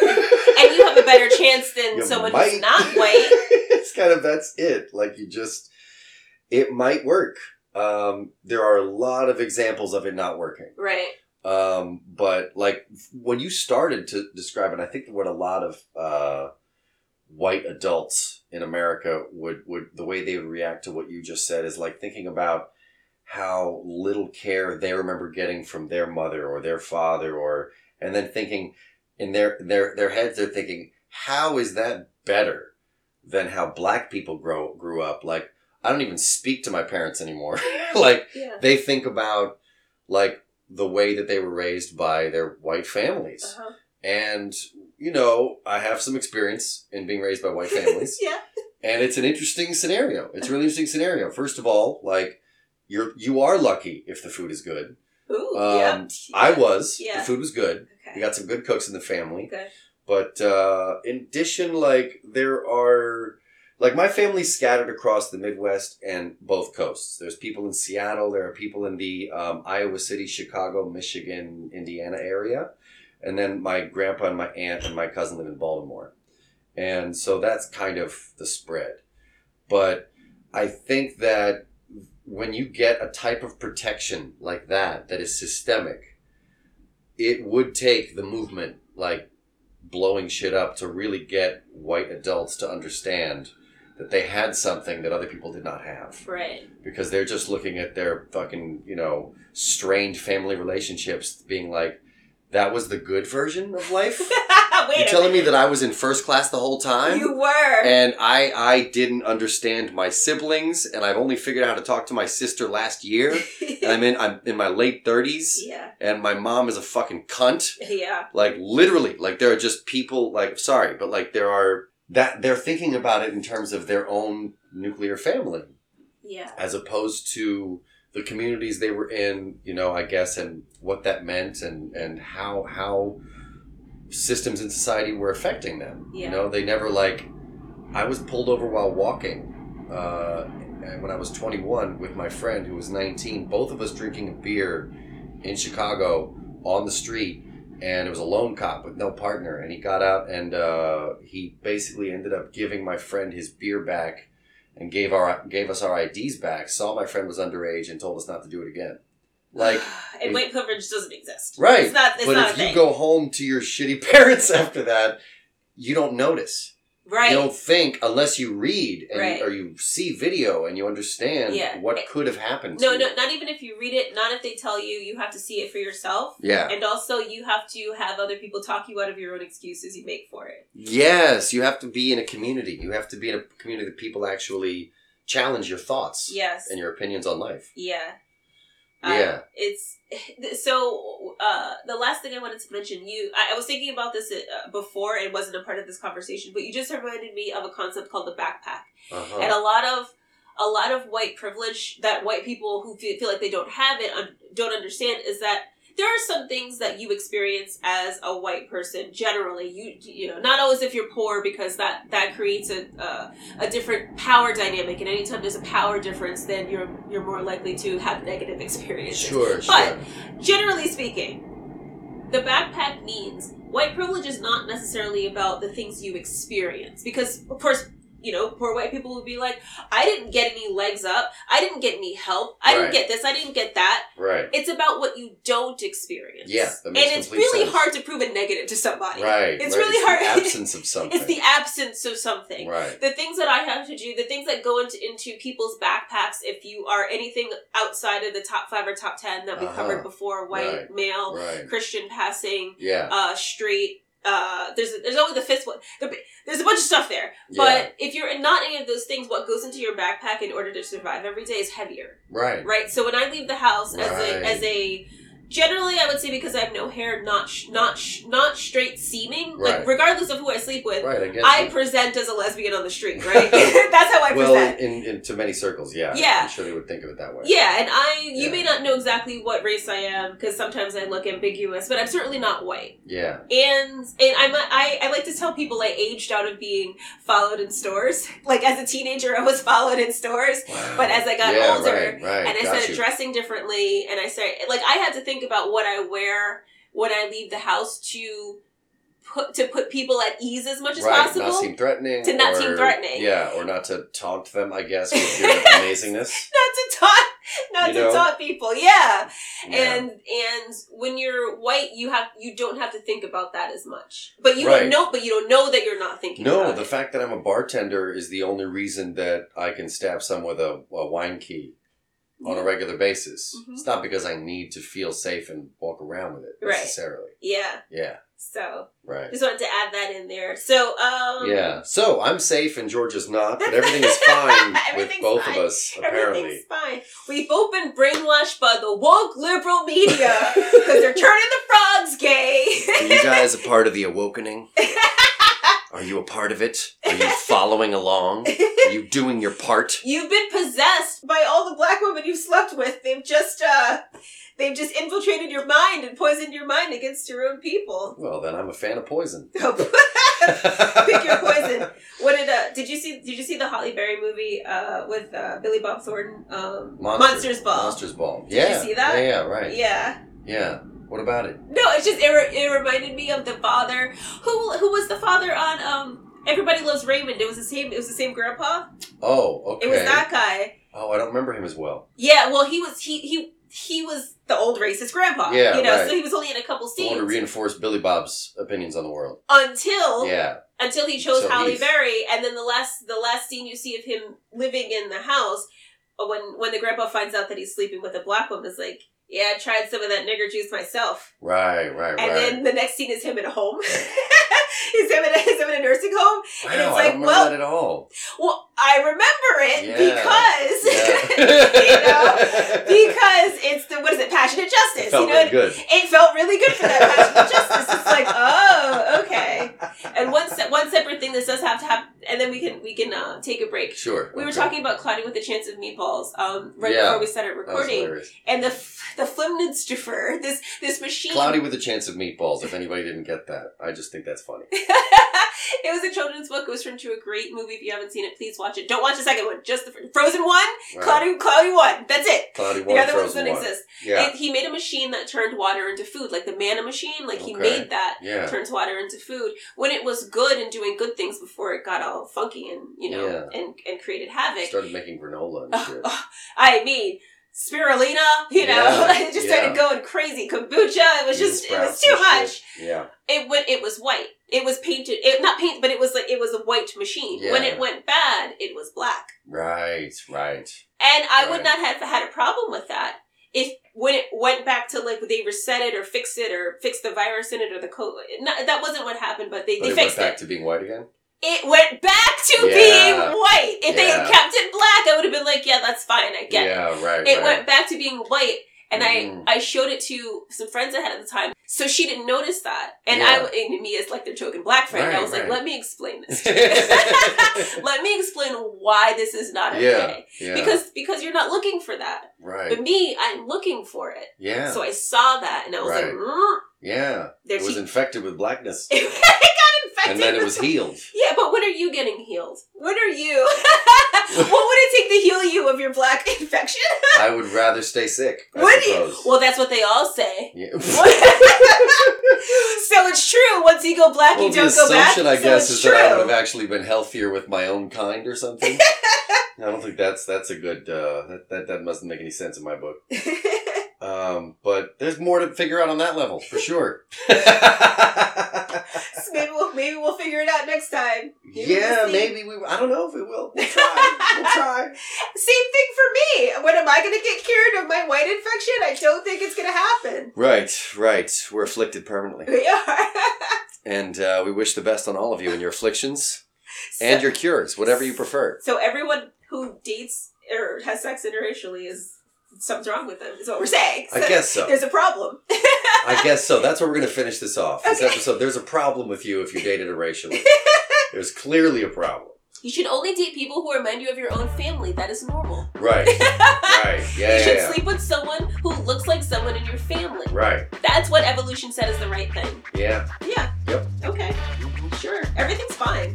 Speaker 1: and you have a better chance than
Speaker 2: *laughs* You
Speaker 1: someone
Speaker 2: might.
Speaker 1: who's not white.
Speaker 2: it's kind of that's it. Like you just, it might work. Um, there are a lot of examples of it not working.
Speaker 1: Right.
Speaker 2: Um, but like when you started to describe it, I think what a lot of uh, white adults in America would would the way they would react to what you just said is like thinking about how little care they remember getting from their mother or their father or and then thinking in their their their heads they're thinking how is that better than how black people grow grew up like I don't even speak to my parents anymore *laughs* *laughs* like
Speaker 1: Yeah.
Speaker 2: they think about like the way that they were raised by their white families
Speaker 1: Uh-huh.
Speaker 2: and you know i have some experience in being raised by
Speaker 1: *laughs*
Speaker 2: white families
Speaker 1: Yeah.
Speaker 2: and it's an interesting scenario it's a really interesting scenario first of all like you're you are lucky if the food is good
Speaker 1: Ooh.
Speaker 2: Um,
Speaker 1: yeah.
Speaker 2: i was
Speaker 1: Yeah.
Speaker 2: the food was good we
Speaker 1: Okay.
Speaker 2: got some good cooks in the family
Speaker 1: Okay.
Speaker 2: but uh, in addition, like there are, like my family's scattered across the Midwest and both coasts. There's people in Seattle. There are people in the um, Iowa City, Chicago, Michigan, Indiana area, and then my grandpa and my aunt and my cousin live in Baltimore, and so that's kind of the spread. But I think that when you get a type of protection like that that is systemic, it would take the movement like blowing shit up to really get white adults to understand that they had something that other people did not have
Speaker 1: Right.
Speaker 2: because they're just looking at their fucking you know strained family relationships being like that was the good version of life
Speaker 1: *laughs* *laughs* Wait.
Speaker 2: you're
Speaker 1: a
Speaker 2: telling me
Speaker 1: minute.
Speaker 2: that i was in first class the whole time
Speaker 1: you were. *laughs*
Speaker 2: and i i didn't understand my siblings and i've only figured out how to talk to my sister last year and i'm in i'm in my late 30s
Speaker 1: *laughs* yeah.
Speaker 2: and my mom is a fucking cunt
Speaker 1: Yeah.
Speaker 2: like literally, like there are just people like sorry, but like there are that they're thinking about it in terms of their own nuclear family
Speaker 1: Yeah.
Speaker 2: as opposed to the communities they were in, you know, I guess and what that meant and and how how systems in society were affecting them.
Speaker 1: Yeah.
Speaker 2: You know, they never like I was pulled over while walking uh and when I was 21 with my friend who was 19, both of us drinking a beer in Chicago on the street and it was a lone cop with no partner and he got out and uh, he basically ended up giving my friend his beer back and gave our gave us our IDs back saw my friend was underage and told us not to do it again
Speaker 1: *sighs*
Speaker 2: like
Speaker 1: and white privilege doesn't exist.
Speaker 2: right
Speaker 1: It's not. It's
Speaker 2: but
Speaker 1: not
Speaker 2: if
Speaker 1: a
Speaker 2: you
Speaker 1: thing.
Speaker 2: go home to your shitty *laughs* parents after that you don't notice
Speaker 1: right.
Speaker 2: you don't think unless you read and
Speaker 1: Right.
Speaker 2: or you see video and you understand
Speaker 1: Yeah.
Speaker 2: what could have happened
Speaker 1: no,
Speaker 2: to
Speaker 1: no,
Speaker 2: you.
Speaker 1: not even if you read it, not if they tell you, you have to see it for yourself.
Speaker 2: yeah
Speaker 1: And also, you have to have other people talk you out of your own excuses you make for it.
Speaker 2: Yes, you have to be in a community. You have to be in a community that people actually challenge your thoughts
Speaker 1: Yes.
Speaker 2: and your opinions on life.
Speaker 1: Yeah. Uh,
Speaker 2: Yeah.
Speaker 1: It's *laughs* so uh, the last thing I wanted to mention. You, I, I was thinking about this uh, before it wasn't a part of this conversation, but you just reminded me of a concept called the backpack,
Speaker 2: Uh-huh.
Speaker 1: and a lot of a lot of white privilege that white people who feel, feel like they don't have it un- don't understand is that there are some things that you experience as a white person generally you you know not always if you're poor because that that creates a uh, a different power dynamic and anytime there's a power difference then you're you're more likely to have negative experiences
Speaker 2: Sure,
Speaker 1: But-
Speaker 2: sure.
Speaker 1: generally speaking, the backpack means white privilege is not necessarily about the things you experience. Because, of course, you know, poor white people would be like, I didn't get any legs up. I didn't get any help. I
Speaker 2: Right.
Speaker 1: didn't get this. I didn't get that.
Speaker 2: Right.
Speaker 1: It's about what you don't experience.
Speaker 2: Yeah, that makes
Speaker 1: and it's
Speaker 2: complete
Speaker 1: really
Speaker 2: sense.
Speaker 1: hard to prove a negative to somebody.
Speaker 2: Right.
Speaker 1: It's
Speaker 2: right.
Speaker 1: really hard- *laughs*
Speaker 2: The absence of something.
Speaker 1: It's the absence of something.
Speaker 2: Right.
Speaker 1: The things that I have to do, the things that go into, into people's backpacks if you are anything outside of the top five or top ten that we
Speaker 2: Uh-huh.
Speaker 1: covered before white,
Speaker 2: Right.
Speaker 1: male,
Speaker 2: Right.
Speaker 1: Christian passing,
Speaker 2: Yeah.
Speaker 1: uh, straight. Uh, there's there's only the fifth one. The- There's a bunch of stuff there,
Speaker 2: yeah.
Speaker 1: but if you're not any of those things, what goes into your backpack in order to survive every day is heavier,
Speaker 2: Right.
Speaker 1: right? So when I leave the house as
Speaker 2: Right.
Speaker 1: a as a generally, I would say because I have no hair, not sh- not sh- not straight seeming,
Speaker 2: Right.
Speaker 1: like regardless of who I sleep with,
Speaker 2: Right. I guess.
Speaker 1: I present as a lesbian on the street,
Speaker 2: *laughs*
Speaker 1: right? *laughs* That's how I
Speaker 2: well,
Speaker 1: present.
Speaker 2: in, in to many circles, yeah.
Speaker 1: Yeah.
Speaker 2: I'm sure they would think of it that way.
Speaker 1: Yeah, and I you
Speaker 2: Yeah.
Speaker 1: may not know exactly what race I am because sometimes I look ambiguous, but I'm certainly not white.
Speaker 2: Yeah.
Speaker 1: and and I'm a, I, I like to tell people I aged out of being followed in stores. Like as a teenager, I was *laughs* followed in stores,
Speaker 2: Wow.
Speaker 1: But as I got
Speaker 2: Yeah,
Speaker 1: older,
Speaker 2: right, right,
Speaker 1: and I
Speaker 2: got
Speaker 1: started
Speaker 2: you.
Speaker 1: dressing differently, and I started like I had to think about what I wear when I leave the house to put to put people at ease as much as
Speaker 2: right,
Speaker 1: possible.
Speaker 2: not seem threatening,
Speaker 1: To not
Speaker 2: or-
Speaker 1: seem threatening.
Speaker 2: yeah, or not to taunt them, I guess,
Speaker 1: *laughs*
Speaker 2: with your amazingness.
Speaker 1: not to taunt, not
Speaker 2: You
Speaker 1: to
Speaker 2: know?
Speaker 1: taunt people. Yeah.
Speaker 2: Yeah.
Speaker 1: and and when you're white, you have you don't have to think about that as much. But you
Speaker 2: Right.
Speaker 1: don't know, but you don't know that you're not thinking.
Speaker 2: No,
Speaker 1: about
Speaker 2: the
Speaker 1: it.
Speaker 2: fact that I'm a bartender is the only reason that I can stab someone with a, a wine key on a regular basis.
Speaker 1: Mhm.
Speaker 2: It's not because I need to feel safe and walk around with it
Speaker 1: Right.
Speaker 2: necessarily.
Speaker 1: yeah.
Speaker 2: Yeah,
Speaker 1: So
Speaker 2: right.
Speaker 1: just wanted to add that in there. So um,
Speaker 2: yeah. So I'm safe and Georgia's not, but
Speaker 1: *laughs*
Speaker 2: everything is fine with
Speaker 1: Everything's
Speaker 2: both
Speaker 1: fine.
Speaker 2: of
Speaker 1: *laughs*
Speaker 2: us, apparently.
Speaker 1: Everything's fine. We've both been brainwashed by the woke liberal media because they're turning the frogs gay. *laughs*
Speaker 2: Are you guys a part of the awakening? Are you a part of it? Are you following along? Are you doing your part?
Speaker 1: You've been possessed by all the black women you've slept with. They've just uh they've just infiltrated your mind and poisoned your mind against your own people. *laughs*
Speaker 2: Well, then I'm a fan of poison.
Speaker 1: Pick your poison. What did uh did you see did you see the Holly Berry movie uh with uh Billy Bob Thornton um
Speaker 2: *laughs* Monster-
Speaker 1: Monsters Ball?
Speaker 2: Monsters Ball.
Speaker 1: you
Speaker 2: Yeah.
Speaker 1: see that?
Speaker 2: Yeah, yeah, right.
Speaker 1: Yeah.
Speaker 2: Yeah. What about it?
Speaker 1: No, it's just it, re- it reminded me of the father who who was the father on um Everybody Loves Raymond. It was the same. It was the same grandpa.
Speaker 2: Oh, okay.
Speaker 1: It was that guy.
Speaker 2: Oh, I don't remember him as well.
Speaker 1: Yeah. Well, he was he he he was the old racist grandpa.
Speaker 2: Yeah,
Speaker 1: You know,
Speaker 2: right.
Speaker 1: so he was only in a couple
Speaker 2: I want to
Speaker 1: scenes Oh.
Speaker 2: reinforce Billy Bob's opinions on the world.
Speaker 1: until
Speaker 2: Yeah.
Speaker 1: until he chose
Speaker 2: So
Speaker 1: Halle
Speaker 2: he's-
Speaker 1: Berry, and then the last the last scene you see of him living in the house uh, when when the grandpa finds out that he's sleeping with a black woman is like. Yeah, I tried some of that nigger juice myself.
Speaker 2: Right, right,
Speaker 1: And
Speaker 2: right.
Speaker 1: then the next scene is him at home. *laughs* is him in a, is him in a nursing home.
Speaker 2: wow,
Speaker 1: and it's
Speaker 2: I
Speaker 1: like,
Speaker 2: don't remember
Speaker 1: well-
Speaker 2: that
Speaker 1: *laughs*
Speaker 2: at all.
Speaker 1: Well, I remember it
Speaker 2: Yeah.
Speaker 1: because
Speaker 2: *laughs*
Speaker 1: *laughs* because it's the what is it, passionate
Speaker 2: It *laughs*
Speaker 1: justice?
Speaker 2: felt
Speaker 1: you know,
Speaker 2: really good.
Speaker 1: it, it felt really good for that passionate justice. It's like, oh,
Speaker 2: *laughs*
Speaker 1: okay. And one se- one separate thing this does have to happen, and then we can we can uh, take a break.
Speaker 2: Sure.
Speaker 1: We were
Speaker 2: okay.
Speaker 1: talking about Claudia with a chance of meatballs um, right
Speaker 2: Yeah.
Speaker 1: before we started
Speaker 2: That was
Speaker 1: recording,
Speaker 2: hilarious.
Speaker 1: and the f- the Flimnitstifer, this this machine.
Speaker 2: Cloudy with a chance of meatballs. If anybody didn't get that, I just think
Speaker 1: *laughs*
Speaker 2: that's funny.
Speaker 1: *laughs* it was a children's book. It was from to a great movie. If you haven't seen it, please watch it. Don't watch the second one. Just the fir- Frozen one,
Speaker 2: Right.
Speaker 1: Cloudy, Cloudy one. That's it.
Speaker 2: Cloudy
Speaker 1: The
Speaker 2: one,
Speaker 1: other ones
Speaker 2: frozen
Speaker 1: don't
Speaker 2: one.
Speaker 1: exist.
Speaker 2: Yeah,
Speaker 1: It- he made a machine that turned water into food, like the Mana machine. Like he
Speaker 2: Okay.
Speaker 1: made that
Speaker 2: yeah,
Speaker 1: turns water into food when it was good and doing good things before it got all funky and you know
Speaker 2: Yeah.
Speaker 1: and and created havoc.
Speaker 2: started making
Speaker 1: *laughs*
Speaker 2: granola and
Speaker 1: Oh,
Speaker 2: shit.
Speaker 1: oh, I mean, spirulina. You know,
Speaker 2: Yeah,
Speaker 1: *laughs* it just
Speaker 2: yeah.
Speaker 1: started going crazy. Kombucha. It was
Speaker 2: Bean
Speaker 1: just it was
Speaker 2: sprouts
Speaker 1: too
Speaker 2: and shit.
Speaker 1: much
Speaker 2: Yeah,
Speaker 1: it went it was white it was painted it not paint but it was like it was a white machine when
Speaker 2: Yeah.
Speaker 1: it went bad it was black
Speaker 2: right, right.
Speaker 1: and i
Speaker 2: Right.
Speaker 1: would not have had a problem with that if when it went back to like they reset it or fix it or fix the virus in it or the code that wasn't what happened but they,
Speaker 2: But
Speaker 1: they
Speaker 2: it Oh, went
Speaker 1: fixed
Speaker 2: back
Speaker 1: it
Speaker 2: to being white again.
Speaker 1: it went back to
Speaker 2: Yeah.
Speaker 1: being white if they had
Speaker 2: Yeah.
Speaker 1: kept it black i would have been like yeah that's fine i get it
Speaker 2: Yeah,
Speaker 1: it
Speaker 2: right.
Speaker 1: *laughs*
Speaker 2: right.
Speaker 1: went back to being white And
Speaker 2: Mm.
Speaker 1: I, I showed it to some friends I had at the time. So she didn't notice that. And
Speaker 2: Yeah.
Speaker 1: I, and me as like their token black friend, I
Speaker 2: Right,
Speaker 1: was like,
Speaker 2: right.
Speaker 1: let me explain
Speaker 2: *laughs*
Speaker 1: this. *laughs* to you." let me explain why this is not
Speaker 2: yeah,
Speaker 1: okay.
Speaker 2: *laughs* yeah,
Speaker 1: Because, because you're not looking for that.
Speaker 2: right,
Speaker 1: But me, I'm looking for it.
Speaker 2: yeah,
Speaker 1: So I saw that and I was like,
Speaker 2: Right.
Speaker 1: "Mm."
Speaker 2: yeah.
Speaker 1: there
Speaker 2: It was
Speaker 1: she-
Speaker 2: infected with blackness,
Speaker 1: *laughs* it got infected.
Speaker 2: and then it
Speaker 1: with
Speaker 2: was
Speaker 1: *laughs*
Speaker 2: healed.
Speaker 1: Yeah, but when are you getting healed? When are
Speaker 2: *laughs*
Speaker 1: you? *laughs* what would it take to heal you of your black *laughs* infection?
Speaker 2: I would rather stay sick. I
Speaker 1: Would
Speaker 2: suppose.
Speaker 1: you? Well, that's what they all
Speaker 2: *laughs*
Speaker 1: say.
Speaker 2: Yeah.
Speaker 1: so it's true. Once you go black,
Speaker 2: Well,
Speaker 1: you
Speaker 2: the
Speaker 1: don't go back.
Speaker 2: assumption, I
Speaker 1: So
Speaker 2: guess,
Speaker 1: it's
Speaker 2: is
Speaker 1: true.
Speaker 2: that I would have actually been healthier with my own kind or something. I don't think that's that's a good uh, that that that doesn't make any sense in my book. Um, but there's more to figure out on that level for sure.
Speaker 1: *laughs*
Speaker 2: *laughs*
Speaker 1: So maybe we'll maybe we'll figure it out next time. Maybe we'll
Speaker 2: yeah,
Speaker 1: see.
Speaker 2: maybe we. I don't know if we will. We'll try.
Speaker 1: *laughs*
Speaker 2: We'll try.
Speaker 1: Same thing for me. When am I going to get cured of my white infection? I don't think it's going to happen. *laughs*
Speaker 2: Right, right. We're afflicted permanently,
Speaker 1: We are.
Speaker 2: and uh, we wish the best on all of you in your afflictions and your cures, whatever you prefer.
Speaker 1: So everyone who dates or has sex interracially is something's wrong with them. Is what we're saying.
Speaker 2: I
Speaker 1: So
Speaker 2: guess so.
Speaker 1: There's a problem.
Speaker 2: I guess so. That's where we're going to finish this off. This
Speaker 1: Okay.
Speaker 2: episode, there's a problem with you if you dated a racially.
Speaker 1: *laughs*
Speaker 2: there's clearly a problem.
Speaker 1: You should only date people who remind you of your own family. That is normal.
Speaker 2: Right.
Speaker 1: *laughs*
Speaker 2: Right. Yeah.
Speaker 1: you
Speaker 2: yeah,
Speaker 1: should
Speaker 2: yeah.
Speaker 1: sleep with someone who looks like someone in your family.
Speaker 2: Right.
Speaker 1: That's what evolution said is the right thing. Mm-hmm.
Speaker 2: Yeah.
Speaker 1: Yeah.
Speaker 2: Yep.
Speaker 1: Okay. Sure. Everything's *laughs* fine.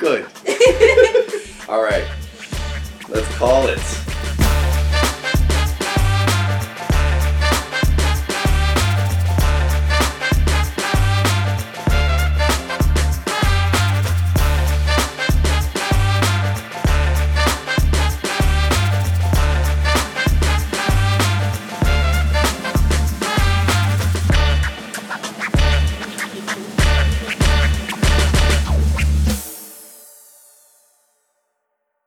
Speaker 2: Good. All right. Let's call it.